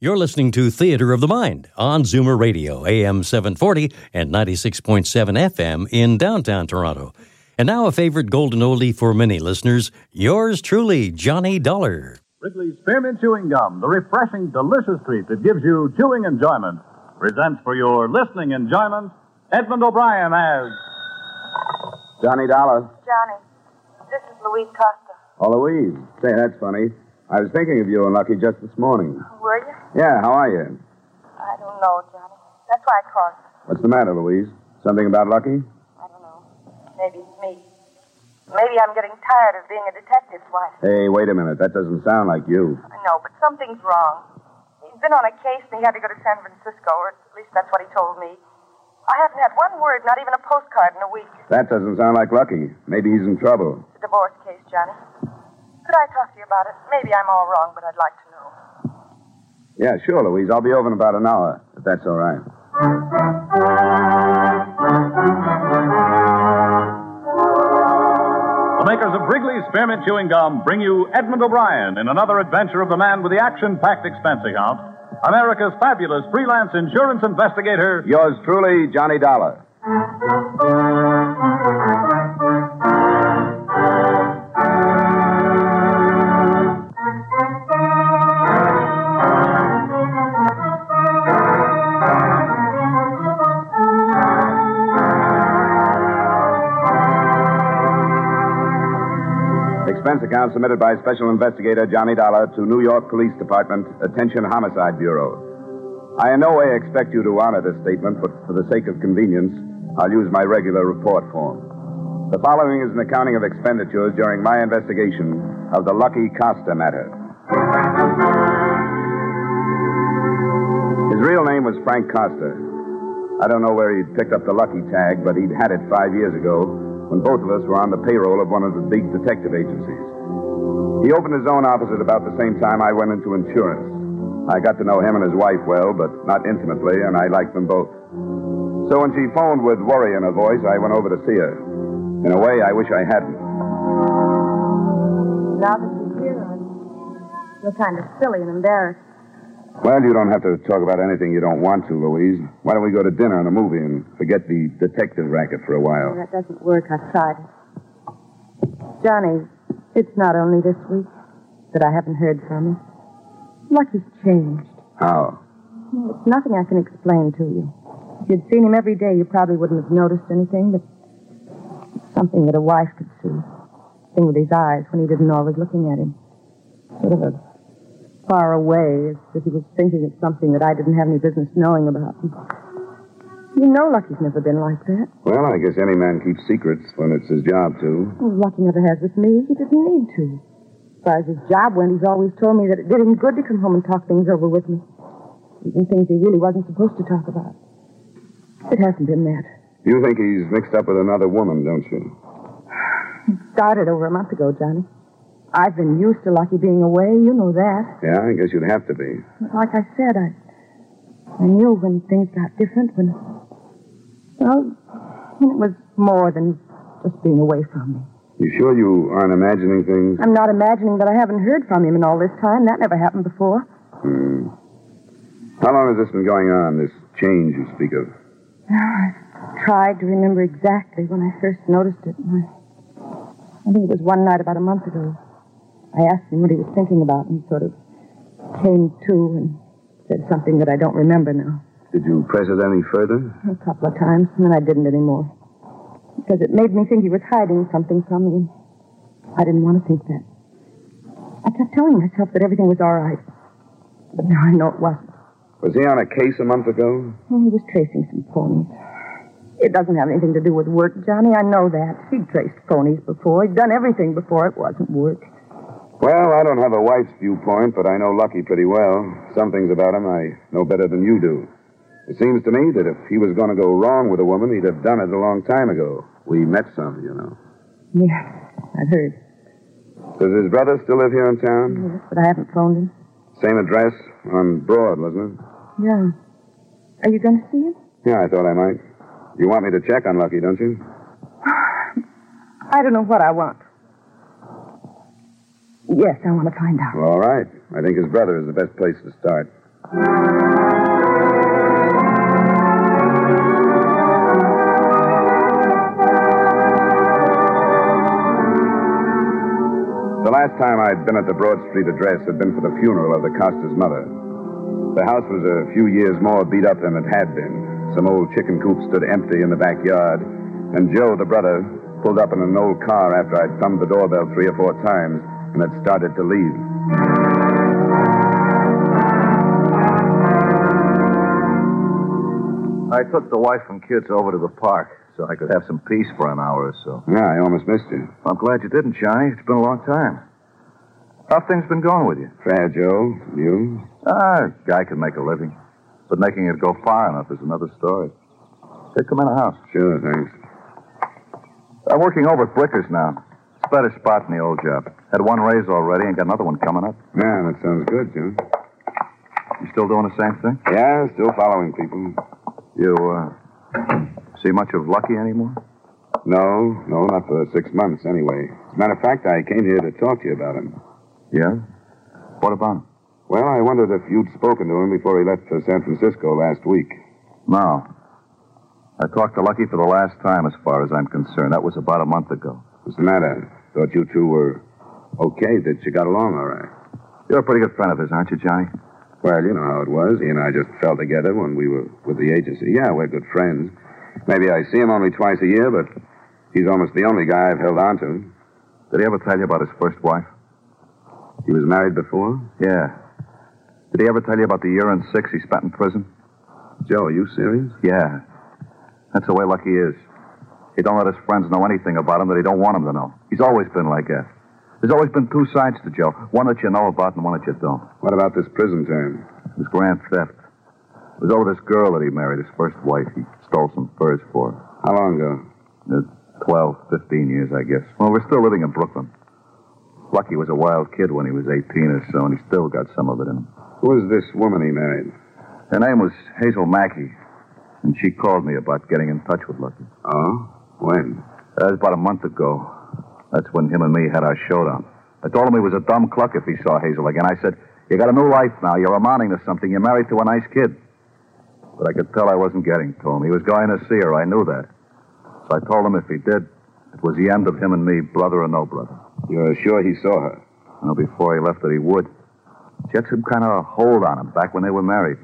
Speaker 1: You're listening to Theater of the Mind on Zoomer Radio, AM 740 and 96.7 FM in downtown Toronto. And now a favorite golden oldie for many listeners, yours truly, Johnny Dollar.
Speaker 14: Wrigley's Spearmint Chewing Gum, the refreshing, delicious treat that gives you chewing enjoyment, presents for your listening enjoyment Edmund O'Brien as
Speaker 15: Johnny Dollar.
Speaker 16: Johnny, this is Louise Costa.
Speaker 15: Oh, Louise. Say, that's funny. I was thinking of you and Lucky just this morning.
Speaker 16: Were you?
Speaker 15: Yeah, how are you?
Speaker 16: I don't know, Johnny. That's why I called.
Speaker 15: What's the matter, Louise? Something about Lucky?
Speaker 16: Maybe it's me. Maybe I'm getting tired of being a detective's wife.
Speaker 15: Hey, wait a minute. That doesn't sound like you.
Speaker 16: I know, but something's wrong. He's been on a case and he had to go to San Francisco, or at least that's what he told me. I haven't had one word, not even a postcard in a week.
Speaker 15: That doesn't sound like Lucky. Maybe he's in trouble.
Speaker 16: It's a divorce case, Johnny. Could I talk to you about it? Maybe I'm all wrong, but I'd like to know.
Speaker 15: Yeah, sure, Louise. I'll be over in about an hour, if that's all right.
Speaker 14: The makers of Wrigley's Spearmint Chewing Gum bring you Edmund O'Brien in another adventure of the man with the action packed expense account, America's fabulous freelance insurance investigator.
Speaker 15: Yours truly, Johnny Dollar. Expense account submitted by Special Investigator Johnny Dollar to New York Police Department, Attention Homicide Bureau. I in no way expect you to honor this statement, but for the sake of convenience, I'll use my regular report form. The following is an accounting of expenditures during my investigation of the Lucky Costa matter. His real name was Frank Costa. I don't know where he'd picked up the lucky tag, but he'd had it five years ago when both of us were on the payroll of one of the big detective agencies. He opened his own office at about the same time I went into insurance. I got to know him and his wife well, but not intimately, and I liked them both. So when she phoned with worry in her voice, I went over to see her. In a way, I wish I hadn't.
Speaker 17: Now that you're here, I feel kind of silly and embarrassed.
Speaker 15: Well, you don't have to talk about anything you don't want to, Louise. Why don't we go to dinner and a movie and forget the detective racket for a while?
Speaker 17: That doesn't work. I've tried it. Johnny, it's not only this week that I haven't heard from him. Lucky's changed.
Speaker 15: How?
Speaker 17: It's nothing I can explain to you. If you'd seen him every day, you probably wouldn't have noticed anything, but it's something that a wife could see. Thing with his eyes when he didn't always looking at him. Sort of a far away, as if he was thinking of something that I didn't have any business knowing about. You know Lucky's never been like that.
Speaker 15: Well, I guess any man keeps secrets when it's his job to.
Speaker 17: Well, Lucky never has with me. He didn't need to. As far as his job went, he's always told me that it did him good to come home and talk things over with me. Even things he really wasn't supposed to talk about. It hasn't been that.
Speaker 15: You think he's mixed up with another woman, don't you?
Speaker 17: It started over a month ago, Johnny. I've been used to Lucky being away. You know that.
Speaker 15: Yeah, I guess you'd have to be.
Speaker 17: Like I said, I, I knew when things got different, when, well, when it was more than just being away from me.
Speaker 15: You sure you aren't imagining things?
Speaker 17: I'm not imagining that I haven't heard from him in all this time. That never happened before.
Speaker 15: Hmm. How long has this been going on, this change you speak of?
Speaker 17: I tried to remember exactly when I first noticed it. and I, I think it was one night about a month ago. I asked him what he was thinking about, and he sort of came to and said something that I don't remember now.
Speaker 15: Did you press it any further?
Speaker 17: A couple of times, and then I didn't anymore. Because it made me think he was hiding something from me. and I didn't want to think that. I kept telling myself that everything was all right. But now I know it wasn't.
Speaker 15: Was he on a case a month ago?
Speaker 17: Well, Oh, He was tracing some ponies. It doesn't have anything to do with work, Johnny. I know that. He'd traced ponies before. He'd done everything before. It wasn't work.
Speaker 15: Well, I don't have a wife's viewpoint, but I know Lucky pretty well. Some things about him I know better than you do. It seems to me that if he was going to go wrong with a woman, he'd have done it a long time ago. We met some, you know.
Speaker 17: Yeah, I've heard.
Speaker 15: Does his brother still live here in town?
Speaker 17: Yes, but I haven't phoned him.
Speaker 15: Same address on Broad, wasn't it?
Speaker 17: Yeah. Are you going to see him?
Speaker 15: Yeah, I thought I might. You want me to check on Lucky, don't you?
Speaker 17: I don't know what I want. Yes, I want to find out.
Speaker 15: Well, all right. I think his brother is the best place to start. The last time I'd been at the Broad Street address had been for the funeral of the Costa's mother. The house was a few years more beat up than it had been. Some old chicken coop stood empty in the backyard, and Joe, the brother, pulled up in an old car after I'd thumbed the doorbell three or four times and had started to leave.
Speaker 18: I took the wife and kids over to the park so I could have some peace for an hour or so.
Speaker 15: Yeah, I almost missed you.
Speaker 18: I'm glad you didn't, Johnny. It's been a long time. How things been going with you?
Speaker 15: Fair, Joe. You?
Speaker 18: Ah, a guy can make a living. But making it go far enough is another story. Hey, come in the house.
Speaker 15: Ah, Sure, thanks.
Speaker 18: I'm working over at Blickers now. It's a better spot than the old job. Had one raise already and got another one coming up.
Speaker 15: Yeah, that sounds good, Joe.
Speaker 18: You still doing the same thing?
Speaker 15: Yeah, still following people.
Speaker 18: You, uh, see much of Lucky anymore?
Speaker 15: No, no, not for six months anyway. As a matter of fact, I came here to talk to you about him.
Speaker 18: Yeah? What about him?
Speaker 15: Well, I wondered if you'd spoken to him before he left for San Francisco last week.
Speaker 18: No. I talked to Lucky for the last time, as far as I'm concerned. That was about a month ago.
Speaker 15: What's the matter? Thought you two were okay, that you got along all right.
Speaker 18: You're a pretty good friend of his, aren't you, Johnny?
Speaker 15: Well, you know how it was. He and I just fell together when we were with the agency. Yeah, we're good friends. Maybe I see him only twice a year, but he's almost the only guy I've held on to.
Speaker 18: Did he ever tell you about his first wife?
Speaker 15: He was married before?
Speaker 18: Yeah. Did he ever tell you about the year and six he spent in prison?
Speaker 15: Joe, are you serious?
Speaker 18: Yeah. That's the way Lucky is. He don't let his friends know anything about him that he don't want them to know. He's always been like that. There's always been two sides to Joe. One that you know about and one that you don't.
Speaker 15: What about this prison term?
Speaker 18: It was grand theft. It was over this girl that he married, his first wife. He stole some furs for her.
Speaker 15: How long ago?
Speaker 18: Uh, 12, 15 years, I guess. Well, we're still living in Brooklyn. Lucky was a wild kid when he was 18 or so, and he still got some of it in him.
Speaker 15: Who was this woman he married?
Speaker 18: Her name was Hazel Mackey, and she called me about getting in touch with Lucky.
Speaker 15: Oh? When?
Speaker 18: That was about a month ago. That's when him and me had our showdown. I told him he was a dumb cluck if he saw Hazel again. I said, You got a new life now. You're amounting to something. You're married to a nice kid. But I could tell I wasn't getting to him. He was going to see her. I knew that. So I told him if he did, it was the end of him and me, brother or no brother.
Speaker 15: You're sure he saw her?
Speaker 18: Well, before he left it, he would. She had some kind of a hold on him back when they were married.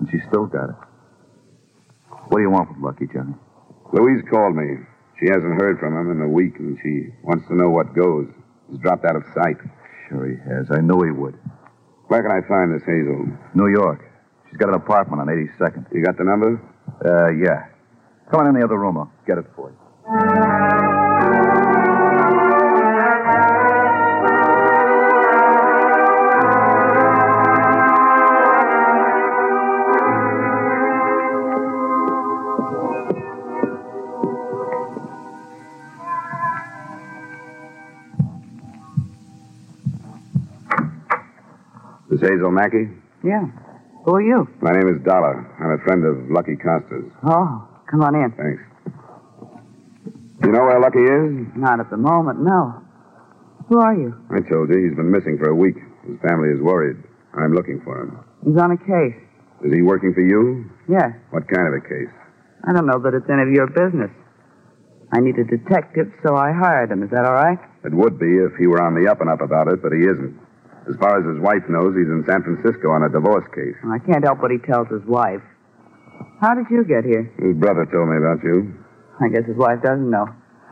Speaker 18: And she still got it. What do you want from Lucky, Johnny?
Speaker 15: Louise called me. She hasn't heard from him in a week, and she wants to know what goes. He's dropped out of sight.
Speaker 18: Sure he has. I knew he would.
Speaker 15: Where can I find this Hazel?
Speaker 18: New York. She's got an apartment on 82nd.
Speaker 15: You got the number?
Speaker 18: Uh, yeah. Come on in the other room. I'll get it for you.
Speaker 15: This Hazel Mackey?
Speaker 19: Yeah. Who are you?
Speaker 15: My name is Dollar. I'm a friend of Lucky Costa's.
Speaker 19: Oh, come on in.
Speaker 15: Thanks. You know where Lucky is?
Speaker 19: Not at the moment, no. Who are you?
Speaker 15: I told you he's been missing for a week. His family is worried. I'm looking for him.
Speaker 19: He's on a case.
Speaker 15: Is he working for you?
Speaker 19: Yes.
Speaker 15: What kind of a case?
Speaker 19: I don't know that it's any of your business. I need a detective, so I hired him. Is that all right?
Speaker 15: It would be if he were on the up and up about it, but he isn't. As far as his wife knows, he's in San Francisco on a divorce case.
Speaker 19: Well, I can't help what he tells his wife. How did you get here?
Speaker 15: His brother told me about you.
Speaker 19: I guess his wife doesn't know.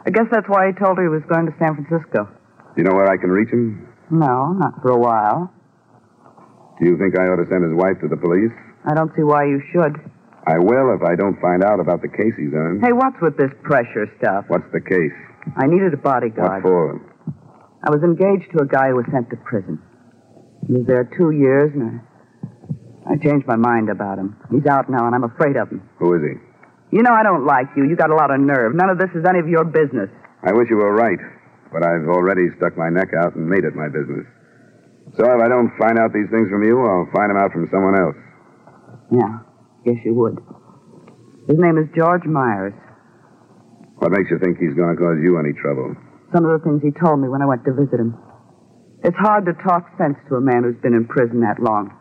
Speaker 19: I guess that's why he told her he was going to San Francisco.
Speaker 15: Do you know where I can reach him?
Speaker 19: No, not for a while.
Speaker 15: Do you think I ought to send his wife to the police?
Speaker 19: I don't see why you should.
Speaker 15: I will if I don't find out about the case he's on.
Speaker 19: Hey, what's with this pressure stuff?
Speaker 15: What's the case?
Speaker 19: I needed a
Speaker 15: What
Speaker 19: bodyguard.
Speaker 15: for?
Speaker 19: I was engaged to a guy who was sent to prison. He was there two years, and I, I changed my mind about him. He's out now, and I'm afraid of him.
Speaker 15: Who is he?
Speaker 19: You know I don't like you. You got a lot of nerve. None of this is any of your business.
Speaker 15: I wish you were right, but I've already stuck my neck out and made it my business. So if I don't find out these things from you, I'll find them out from someone else.
Speaker 19: Yeah, guess you would. His name is George Myers.
Speaker 15: What makes you think he's going to cause you any trouble?
Speaker 19: Some of the things he told me when I went to visit him. It's hard to talk sense to a man who's been in prison that long.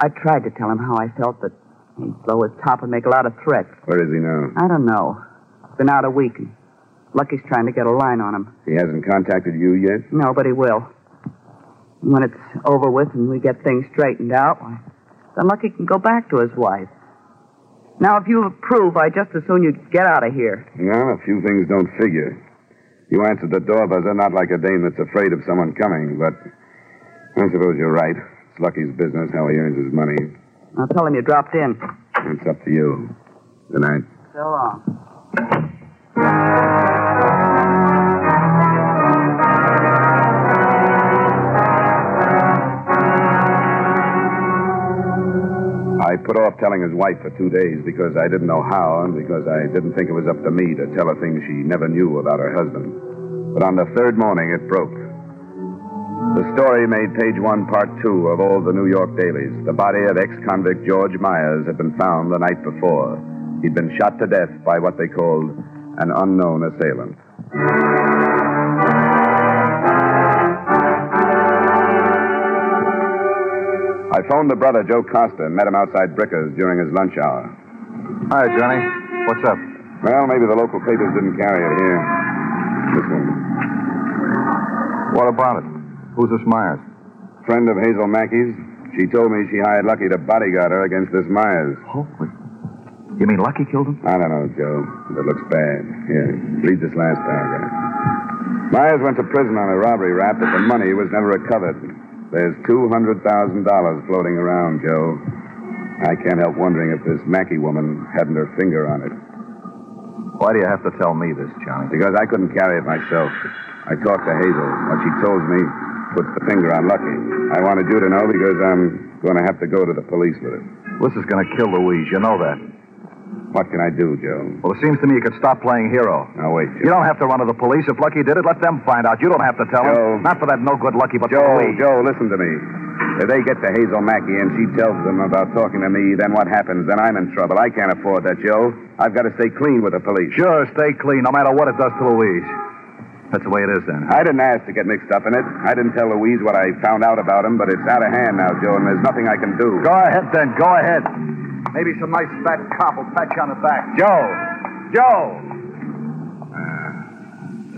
Speaker 19: I tried to tell him how I felt, but he'd blow his top and make a lot of threats.
Speaker 15: Where is he now?
Speaker 19: I don't know. It's been out a week, and Lucky's trying to get a line on him.
Speaker 15: He hasn't contacted you yet?
Speaker 19: No, but he will. And When it's over with and we get things straightened out, why, then Lucky can go back to his wife. Now, if you approve, I just as soon you'd get out of here.
Speaker 15: Well, a few things don't figure. You answered the door buzzer not like a dame that's afraid of someone coming, but I suppose you're right. It's Lucky's business how he earns his money.
Speaker 19: I'll tell him you dropped in.
Speaker 15: It's up to you. Good night.
Speaker 19: So long.
Speaker 15: I put off telling his wife for two days because I didn't know how and because I didn't think it was up to me to tell her things she never knew about her husband. But on the third morning, it broke. The story made page one, part two of all the New York dailies. The body of ex convict George Myers had been found the night before. He'd been shot to death by what they called an unknown assailant. I phoned the brother, Joe Costa, and met him outside Bricker's during his lunch hour.
Speaker 18: Hi, Johnny. What's up?
Speaker 15: Well, maybe the local papers didn't carry it here. This one.
Speaker 18: What about it? Who's this Myers?
Speaker 15: Friend of Hazel Mackey's. She told me she hired Lucky to bodyguard her against this Myers.
Speaker 18: Holy. You mean Lucky killed him?
Speaker 15: I don't know, Joe. It looks bad. Here, read this last paragraph. Myers went to prison on a robbery rap, but the money was never recovered. There's $200,000 floating around, Joe. I can't help wondering if this Mackey woman hadn't her finger on it.
Speaker 18: Why do you have to tell me this, Johnny?
Speaker 15: Because I couldn't carry it myself. I talked to Hazel. What she told me puts the finger on Lucky. I wanted you to know because I'm going to have to go to the police with it.
Speaker 18: This is going to kill Louise. You know that.
Speaker 15: What can I do, Joe?
Speaker 18: Well, it seems to me you could stop playing hero.
Speaker 15: Now, wait,
Speaker 18: You don't have to run to the police. If Lucky did it, let them find out. You don't have to tell
Speaker 15: Joe.
Speaker 18: them. Not for that no good Lucky, but
Speaker 15: Joe,
Speaker 18: for Louise.
Speaker 15: Joe, listen to me. If they get to Hazel Mackey and she tells them about talking to me, then what happens? Then I'm in trouble. I can't afford that, Joe. I've got to stay clean with the police.
Speaker 18: Sure, stay clean, no matter what it does to Louise. That's the way it is, then.
Speaker 15: I didn't ask to get mixed up in it. I didn't tell Louise what I found out about him, but it's out of hand now, Joe, and there's nothing I can do.
Speaker 18: Go ahead, then. Go ahead. Maybe some nice fat cop will pat you on the back.
Speaker 15: Joe!
Speaker 18: Joe!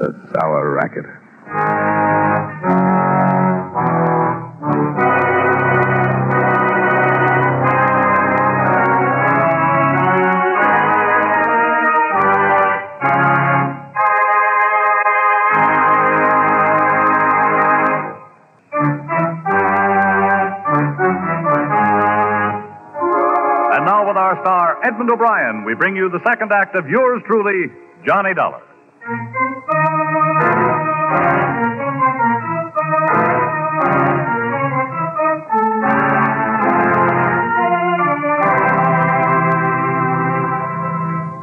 Speaker 15: It's a sour racket.
Speaker 14: And now, with our star, Edmund O'Brien, we bring you the second act of yours truly, Johnny Dollar.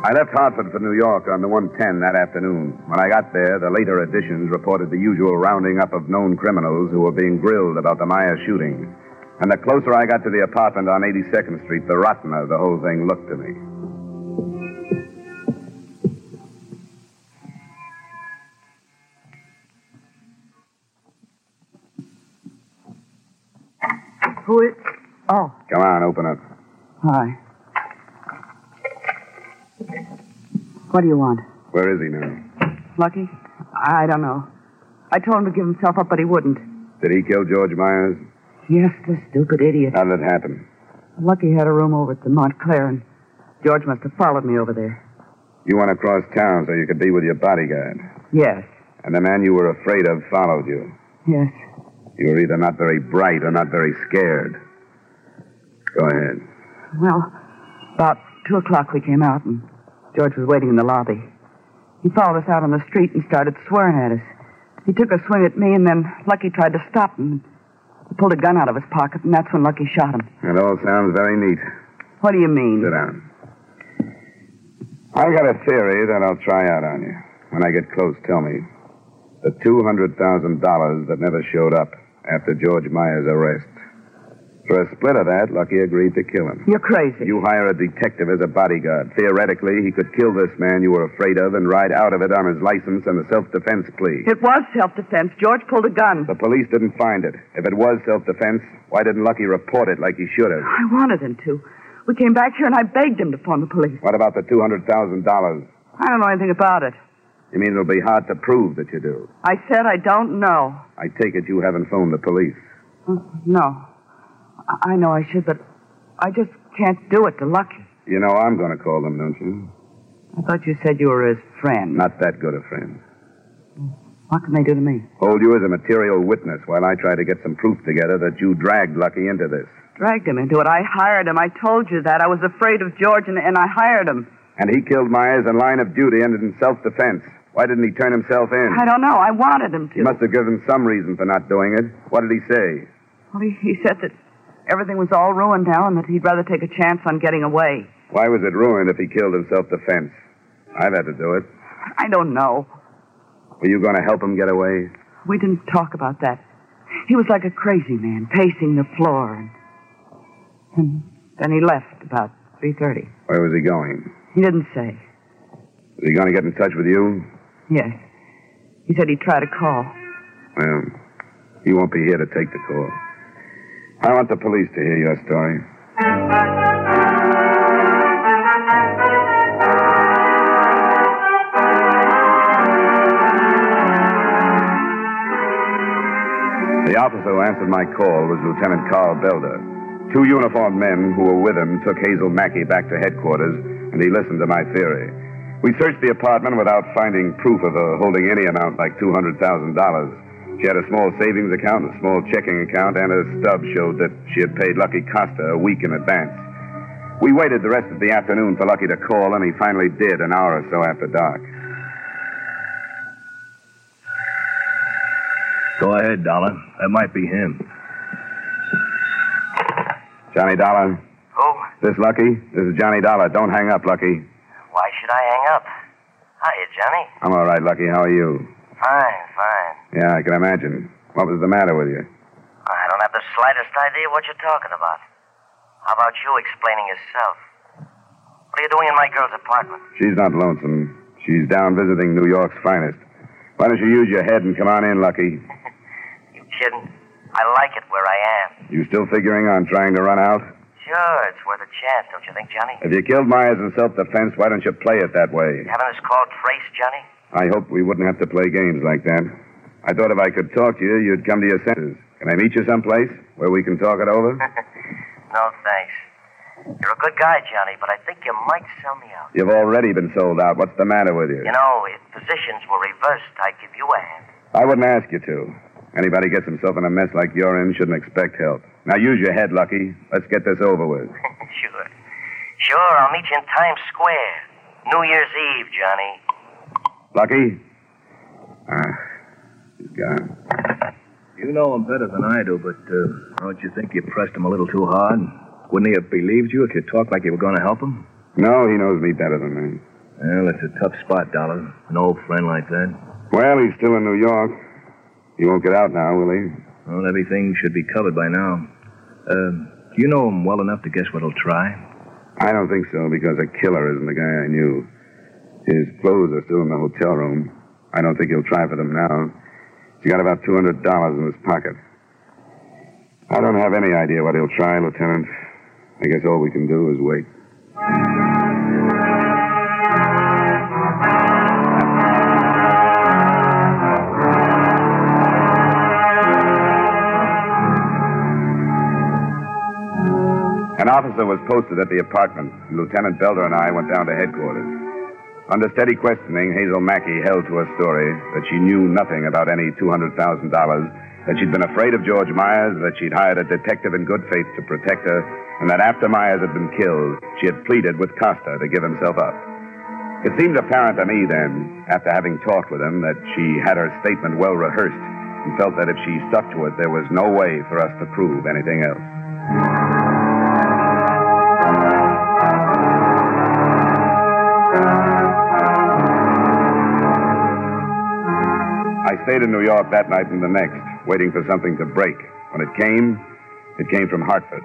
Speaker 15: I left Hartford for New York on the 110 that afternoon. When I got there, the later editions reported the usual rounding up of known criminals who were being grilled about the Meyer shooting. And the closer I got to the apartment on 82nd Street, the rottener the whole thing looked to me.
Speaker 19: Who is. Oh,
Speaker 15: Come on, open up.
Speaker 19: hi. What do you want?
Speaker 15: Where is he now?
Speaker 19: Lucky? I don't know. I told him to give himself up, but he wouldn't.
Speaker 15: Did he kill George Myers?
Speaker 19: Yes, the stupid idiot.
Speaker 15: How did it happen?
Speaker 19: Lucky had a room over at the Montclair, and George must have followed me over there.
Speaker 15: You went across town so you could be with your bodyguard.
Speaker 19: Yes,
Speaker 15: And the man you were afraid of followed you.
Speaker 19: yes.
Speaker 15: You were either not very bright or not very scared. Go ahead.
Speaker 19: Well, about two o'clock we came out, and George was waiting in the lobby. He followed us out on the street and started swearing at us. He took a swing at me, and then Lucky tried to stop him. He pulled a gun out of his pocket, and that's when Lucky shot him.
Speaker 15: It all sounds very neat.
Speaker 19: What do you mean?
Speaker 15: Sit down. I got a theory that I'll try out on you. When I get close, tell me. The $200,000 that never showed up after George Myers' arrest. For a split of that, Lucky agreed to kill him.
Speaker 19: You're crazy.
Speaker 15: You hire a detective as a bodyguard. Theoretically, he could kill this man you were afraid of and ride out of it on his license and a self defense plea.
Speaker 19: It was self defense. George pulled a gun.
Speaker 15: The police didn't find it. If it was self defense, why didn't Lucky report it like he should have?
Speaker 19: I wanted him to. We came back here, and I begged him to phone the police.
Speaker 15: What about the $200,000?
Speaker 19: I don't know anything about it.
Speaker 15: You mean it'll be hard to prove that you do?
Speaker 19: I said I don't know.
Speaker 15: I take it you haven't phoned the police.
Speaker 19: Mm, No. I- I know I should, but I just can't do it to Lucky.
Speaker 15: You know I'm going to call them, don't you?
Speaker 19: I thought you said you were his friend.
Speaker 15: Not that good a friend.
Speaker 19: What can they do to me?
Speaker 15: Hold you as a material witness while I try to get some proof together that you dragged Lucky into this.
Speaker 19: Dragged him into it. I hired him. I told you that. I was afraid of George, and, and I hired him.
Speaker 15: And he killed Myers in line of duty and in self defense. Why didn't he turn himself in?
Speaker 19: I don't know. I wanted him
Speaker 15: He
Speaker 19: to.
Speaker 15: must have given some reason for not doing it. What did he say?
Speaker 19: Well, he, he said that everything was all ruined now and that he'd rather take a chance on getting away.
Speaker 15: Why was it ruined if he killed in self defense? I've had to do it.
Speaker 19: I don't know.
Speaker 15: Were you going to help him get away?
Speaker 19: We didn't talk about that. He was like a crazy man, pacing the floor. And, and then he left about 3.30.
Speaker 15: Where was he going?
Speaker 19: He didn't say.
Speaker 15: Was he going to get in touch with you?
Speaker 19: Yes. He said he'd try to call.
Speaker 15: Well, he won't be here to take the call. I want the police to hear your story. The officer who answered my call was Lieutenant Carl Belder. Two uniformed men who were with him took Hazel Mackey back to headquarters, and he listened to my theory. We searched the apartment without finding proof of her holding any amount like $200,000. She had a small savings account, a small checking account, and her stub showed that she had paid Lucky Costa a week in advance. We waited the rest of the afternoon for Lucky to call, and he finally did an hour or so after dark.
Speaker 20: Go ahead, Dollar. That might be him.
Speaker 15: Johnny Dollar?
Speaker 21: Who?
Speaker 15: This Lucky? This is Johnny Dollar. Don't hang up, Lucky.
Speaker 21: Why should I hang up? Hiya, Johnny.
Speaker 15: I'm all right, Lucky. How are you?
Speaker 21: Fine, fine.
Speaker 15: Yeah, I can imagine. What was the matter with you?
Speaker 21: I don't have the slightest idea what you're talking about. How about you explaining yourself? What are you doing in my girl's apartment?
Speaker 15: She's not lonesome. She's down visiting New York's finest. Why don't you use your head and come on in, Lucky?
Speaker 21: You kidding? I like it where I am.
Speaker 15: You still figuring on trying to run out?
Speaker 21: Sure, it's worth a chance, don't you think, Johnny?
Speaker 15: If you killed Myers in self defense, why don't you play it that way?
Speaker 21: Having this call traced, Johnny?
Speaker 15: I hoped we wouldn't have to play games like that. I thought if I could talk to you, you'd come to your senses. Can I meet you someplace where we can talk it over?
Speaker 21: No, thanks. You're a good guy, Johnny, but I think you might sell me out.
Speaker 15: You've already been sold out. What's the matter with you?
Speaker 21: You know, if positions were reversed, I'd give you a hand.
Speaker 15: I wouldn't ask you to. Anybody gets himself in a mess like you're in shouldn't expect help. Now use your head, Lucky. Let's get this over with.
Speaker 21: sure. Sure, I'll meet you in Times Square. New Year's Eve, Johnny.
Speaker 15: Lucky? Ah, he's gone.
Speaker 20: You know him better than I do, but uh, don't you think you pressed him a little too hard? Wouldn't he have believed you if you talked like you were going to help him?
Speaker 15: No, he knows me better than me.
Speaker 20: Well, it's a tough spot, Dollar. An old friend like that.
Speaker 15: Well, he's still in New York. He won't get out now, will he?
Speaker 20: Well, everything should be covered by now. Uh, you know him well enough to guess what he'll try.
Speaker 15: I don't think so, because a killer isn't the guy I knew. His clothes are still in the hotel room. I don't think he'll try for them now. He's got about $200 in his pocket. I don't have any idea what he'll try, Lieutenant. I guess all we can do is wait. An officer was posted at the apartment. and Lieutenant Belder and I went down to headquarters. Under steady questioning, Hazel Mackey held to her story that she knew nothing about any $200,000, that she'd been afraid of George Myers, that she'd hired a detective in good faith to protect her, and that after Myers had been killed, she had pleaded with Costa to give himself up. It seemed apparent to me then, after having talked with him, that she had her statement well rehearsed and felt that if she stuck to it, there was no way for us to prove anything else. I stayed in New York that night and the next, waiting for something to break. When it came, it came from Hartford.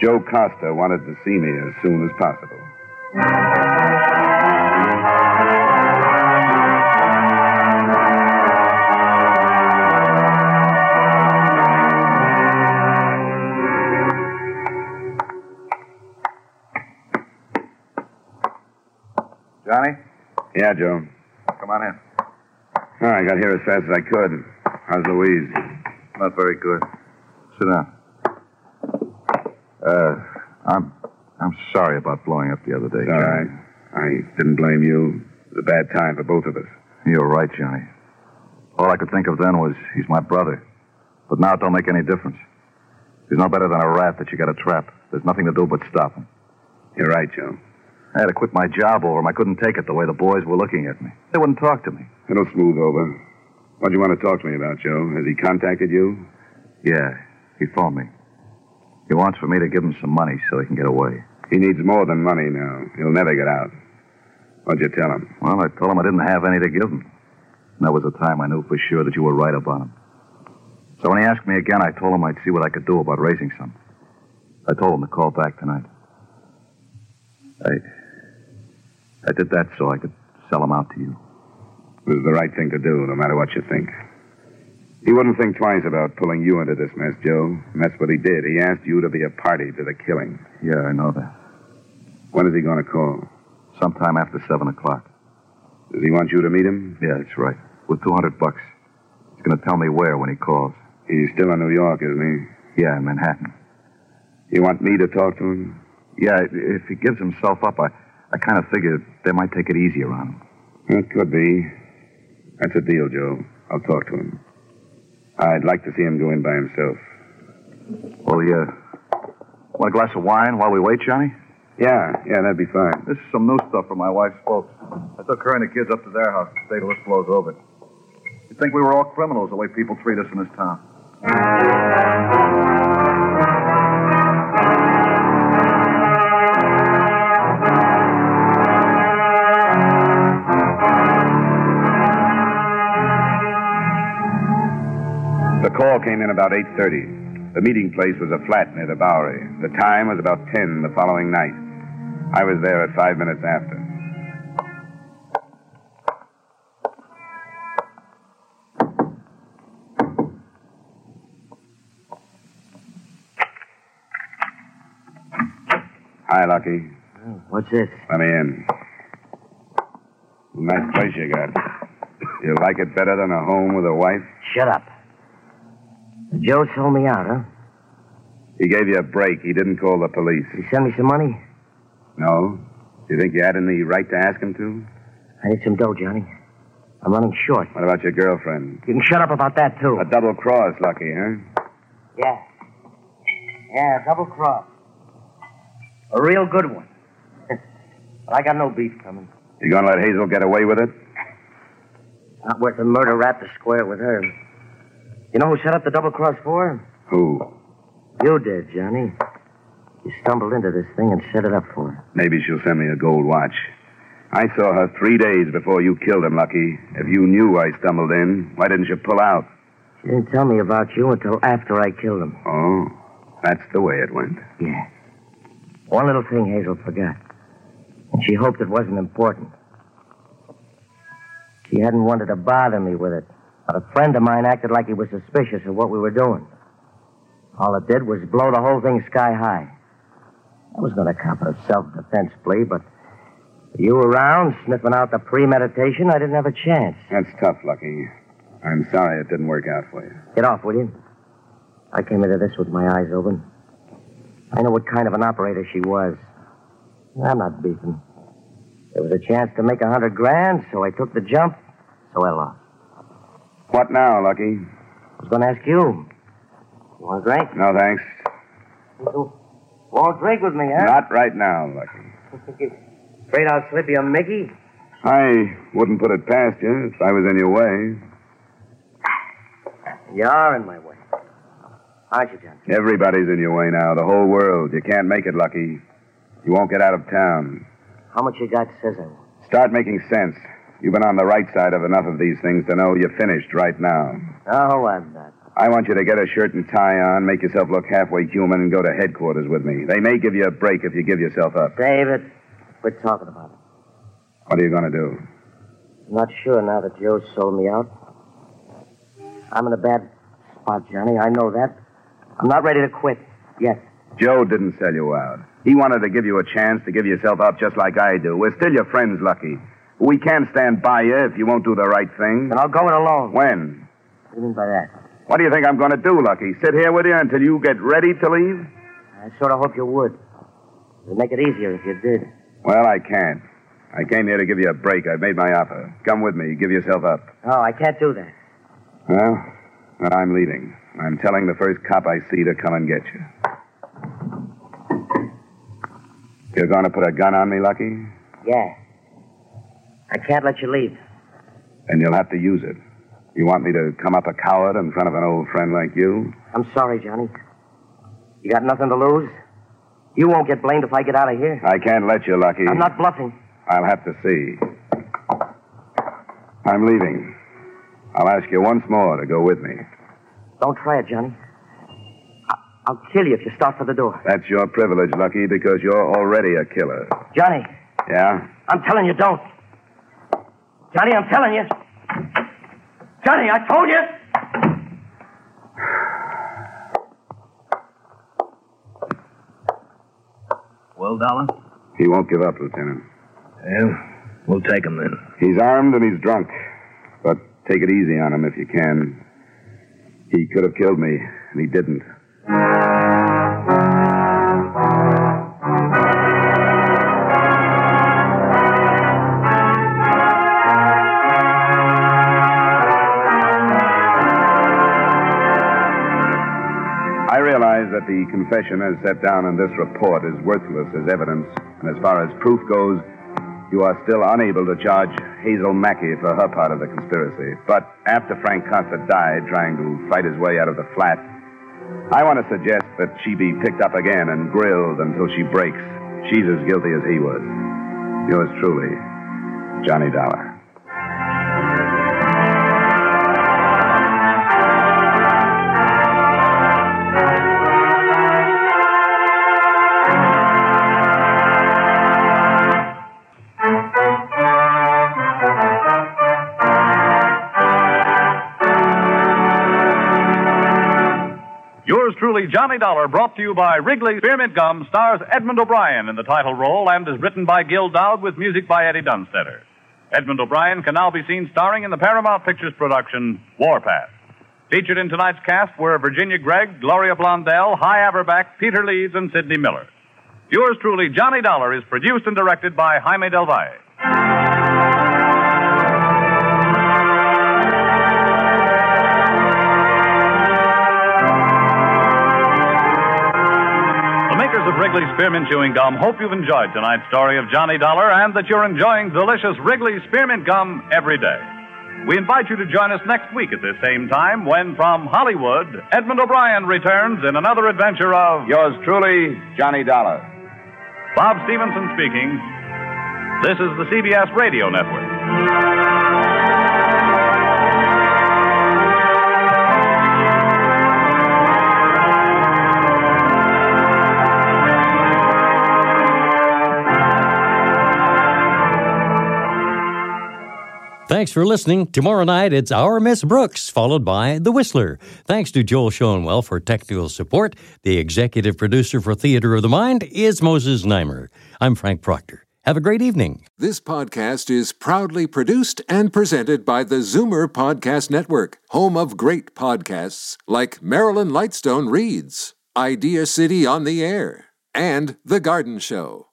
Speaker 15: Joe Costa wanted to see me as soon as possible.
Speaker 18: Johnny,
Speaker 15: Yeah, Joe.
Speaker 18: come on in.
Speaker 15: Oh, I got here as fast as I could. How's Louise?
Speaker 18: Not very good. Sit down. Uh, I'm I'm sorry about blowing up the other day.
Speaker 15: It's all right. I didn't blame you. It was a bad time for both of us.
Speaker 18: You're right, Johnny. All I could think of then was he's my brother. But now it don't make any difference. He's no better than a rat that you got to trap. There's nothing to do but stop him.
Speaker 15: You're right, Joe.
Speaker 18: I had to quit my job over him. I couldn't take it the way the boys were looking at me. They wouldn't talk to me.
Speaker 15: It'll smooth over. What do you want to talk to me about, Joe? Has he contacted you?
Speaker 18: Yeah, he phoned me. He wants for me to give him some money so he can get away.
Speaker 15: He needs more than money now. He'll never get out. What'd you tell him?
Speaker 18: Well, I told him I didn't have any to give him. And that was the time I knew for sure that you were right about him. So when he asked me again, I told him I'd see what I could do about raising some. I told him to call back tonight. I. I did that so I could sell him out to you.
Speaker 15: It was the right thing to do, no matter what you think. He wouldn't think twice about pulling you into this mess, Joe. And that's what he did. He asked you to be a party to the killing.
Speaker 18: Yeah, I know that.
Speaker 15: When is he going to call?
Speaker 18: Sometime after 7 o'clock.
Speaker 15: Does he want you to meet him?
Speaker 18: Yeah, that's right. With 200 bucks. He's going to tell me where when he calls.
Speaker 15: He's still in New York, isn't
Speaker 18: he? Yeah, in Manhattan.
Speaker 15: You want me to talk to him?
Speaker 18: Yeah, if he gives himself up, I, I kind of figure they might take it easier on him.
Speaker 15: It could be. That's a deal, Joe. I'll talk to him. I'd like to see him go in by himself.
Speaker 18: Well, yeah. Want a glass of wine while we wait, Johnny?
Speaker 15: Yeah, yeah, that'd be fine.
Speaker 18: This is some new stuff from my wife's folks. I took her and the kids up to their house to stay till this blows over. You'd think we were all criminals the way people treat us in this town.
Speaker 15: The call came in about 8.30. The meeting place was a flat near the Bowery. The time was about 10 the following night. I was there at five minutes after. Hi, Lucky.
Speaker 22: What's this?
Speaker 15: Let me in. Nice place you got. You like it better than a home with a wife?
Speaker 22: Shut up. Joe sold me out, huh?
Speaker 15: He gave you a break. He didn't call the police.
Speaker 22: He sent me some money.
Speaker 15: No? You think you had any right to ask him to?
Speaker 22: I need some dough, Johnny. I'm running short.
Speaker 15: What about your girlfriend?
Speaker 22: You can shut up about that, too.
Speaker 15: A double cross, Lucky, huh?
Speaker 22: Yeah. Yeah, double cross. A real good one. but I got no beef coming.
Speaker 15: You gonna let Hazel get away with it?
Speaker 22: Not worth a murder rat to square with her. You know who set up the double cross for her?
Speaker 15: Who?
Speaker 22: You did, Johnny. You stumbled into this thing and set it up for her.
Speaker 15: Maybe she'll send me a gold watch. I saw her three days before you killed him, Lucky. If you knew I stumbled in, why didn't you pull out?
Speaker 22: She didn't tell me about you until after I killed him.
Speaker 15: Oh, that's the way it went.
Speaker 22: Yeah. One little thing Hazel forgot. And she hoped it wasn't important. She hadn't wanted to bother me with it. But a friend of mine acted like he was suspicious of what we were doing. All it did was blow the whole thing sky high. I was going to cop a self-defense plea, but with you around sniffing out the premeditation, I didn't have a chance.
Speaker 15: That's tough, Lucky. I'm sorry it didn't work out for you.
Speaker 22: Get off, will you? I came into this with my eyes open. I know what kind of an operator she was. I'm not beaten. There was a chance to make a hundred grand, so I took the jump, so I lost.
Speaker 15: What now, Lucky?
Speaker 22: I was going to ask you. You want a drink?
Speaker 15: No, thanks.
Speaker 22: You won't drink with me, huh?
Speaker 15: Not right now, Lucky.
Speaker 22: Afraid I'll slip you a Mickey?
Speaker 15: I wouldn't put it past you if I was in your way.
Speaker 22: You are in my way. Aren't you, John?
Speaker 15: Everybody's in your way now, the whole world. You can't make it, Lucky. You won't get out of town.
Speaker 22: How much you got says I will.
Speaker 15: Start making sense. You've been on the right side of enough of these things to know you're finished right now.
Speaker 22: No, I'm not.
Speaker 15: I want you to get a shirt and tie on, make yourself look halfway human, and go to headquarters with me. They may give you a break if you give yourself up.
Speaker 22: David, quit talking about it.
Speaker 15: What are you going to do?
Speaker 22: I'm not sure now that Joe sold me out. I'm in a bad spot, Johnny. I know that. I'm not ready to quit yet.
Speaker 15: Joe didn't sell you out. He wanted to give you a chance to give yourself up just like I do. We're still your friends, Lucky. We can stand by you if you won't do the right thing.
Speaker 22: Then I'll go it alone.
Speaker 15: When?
Speaker 22: What do you mean by that?
Speaker 15: What do you think I'm going to do, Lucky? Sit here with you until you get ready to leave?
Speaker 22: I sort of hope you would. It'd make it easier if you did.
Speaker 15: Well, I can't. I came here to give you a break. I've made my offer. Come with me. Give yourself up.
Speaker 22: No, oh, I can't do that.
Speaker 15: Well, then I'm leaving. I'm telling the first cop I see to come and get you. You're going to put a gun on me, Lucky?
Speaker 22: Yeah. I can't let you leave.
Speaker 15: Then you'll have to use it. You want me to come up a coward in front of an old friend like you?
Speaker 22: I'm sorry, Johnny. You got nothing to lose? You won't get blamed if I get out of here.
Speaker 15: I can't let you, Lucky.
Speaker 22: I'm not bluffing.
Speaker 15: I'll have to see. I'm leaving. I'll ask you once more to go with me.
Speaker 22: Don't try it, Johnny. I- I'll kill you if you start for the door.
Speaker 15: That's your privilege, Lucky, because you're already a killer.
Speaker 22: Johnny,
Speaker 15: Yeah?
Speaker 22: I'm telling you, don't. Johnny, I'm telling you. Johnny, I told you.
Speaker 18: Well, Dollar?
Speaker 15: He won't give up, Lieutenant.
Speaker 18: Yeah, we'll take him then.
Speaker 15: He's armed and he's drunk. But take it easy on him if you can. He could have killed me, and he didn't. I realize that the confession as set down in this report is worthless as evidence, and as far as proof goes, you are still unable to charge Hazel Mackey for her part of the conspiracy. But after Frank Costa died trying to fight his way out of the flat, I want to suggest that she be picked up again and grilled until she breaks. She's as guilty as he was. Yours truly, Johnny Dollar.
Speaker 14: Yours truly, Johnny Dollar, brought to you by Wrigley Spearmint Gum, stars Edmund O'Brien in the title role and is written by Gil Dowd with music by Eddie Dunstetter. Edmund O'Brien can now be seen starring in the Paramount Pictures production Warpath. Featured in tonight's cast were Virginia Gregg, Gloria Blondell, High Averback, Peter Leeds, and Sidney Miller. Yours truly, Johnny Dollar, is produced and directed by Jaime Del Valle. The makers of Wrigley Spearmint Chewing Gum hope you've enjoyed tonight's story of Johnny Dollar and that you're enjoying delicious Wrigley Spearmint Gum every day. We invite you to join us next week at this same time when, from Hollywood, Edmund O'Brien returns in another adventure of
Speaker 15: Yours truly, Johnny Dollar.
Speaker 14: Bob Stevenson speaking. This is the CBS Radio Network.
Speaker 1: Thanks for listening. Tomorrow night, it's Our Miss Brooks, followed by The Whistler. Thanks to Joel Schoenwell for technical support. The executive producer for Theater of the Mind is Moses Neimer. I'm Frank Proctor. Have a great evening.
Speaker 23: This podcast is proudly produced and presented by the Zoomer Podcast Network, home of great podcasts like Marilyn Lightstone Reads, Idea City on the Air, and The Garden Show.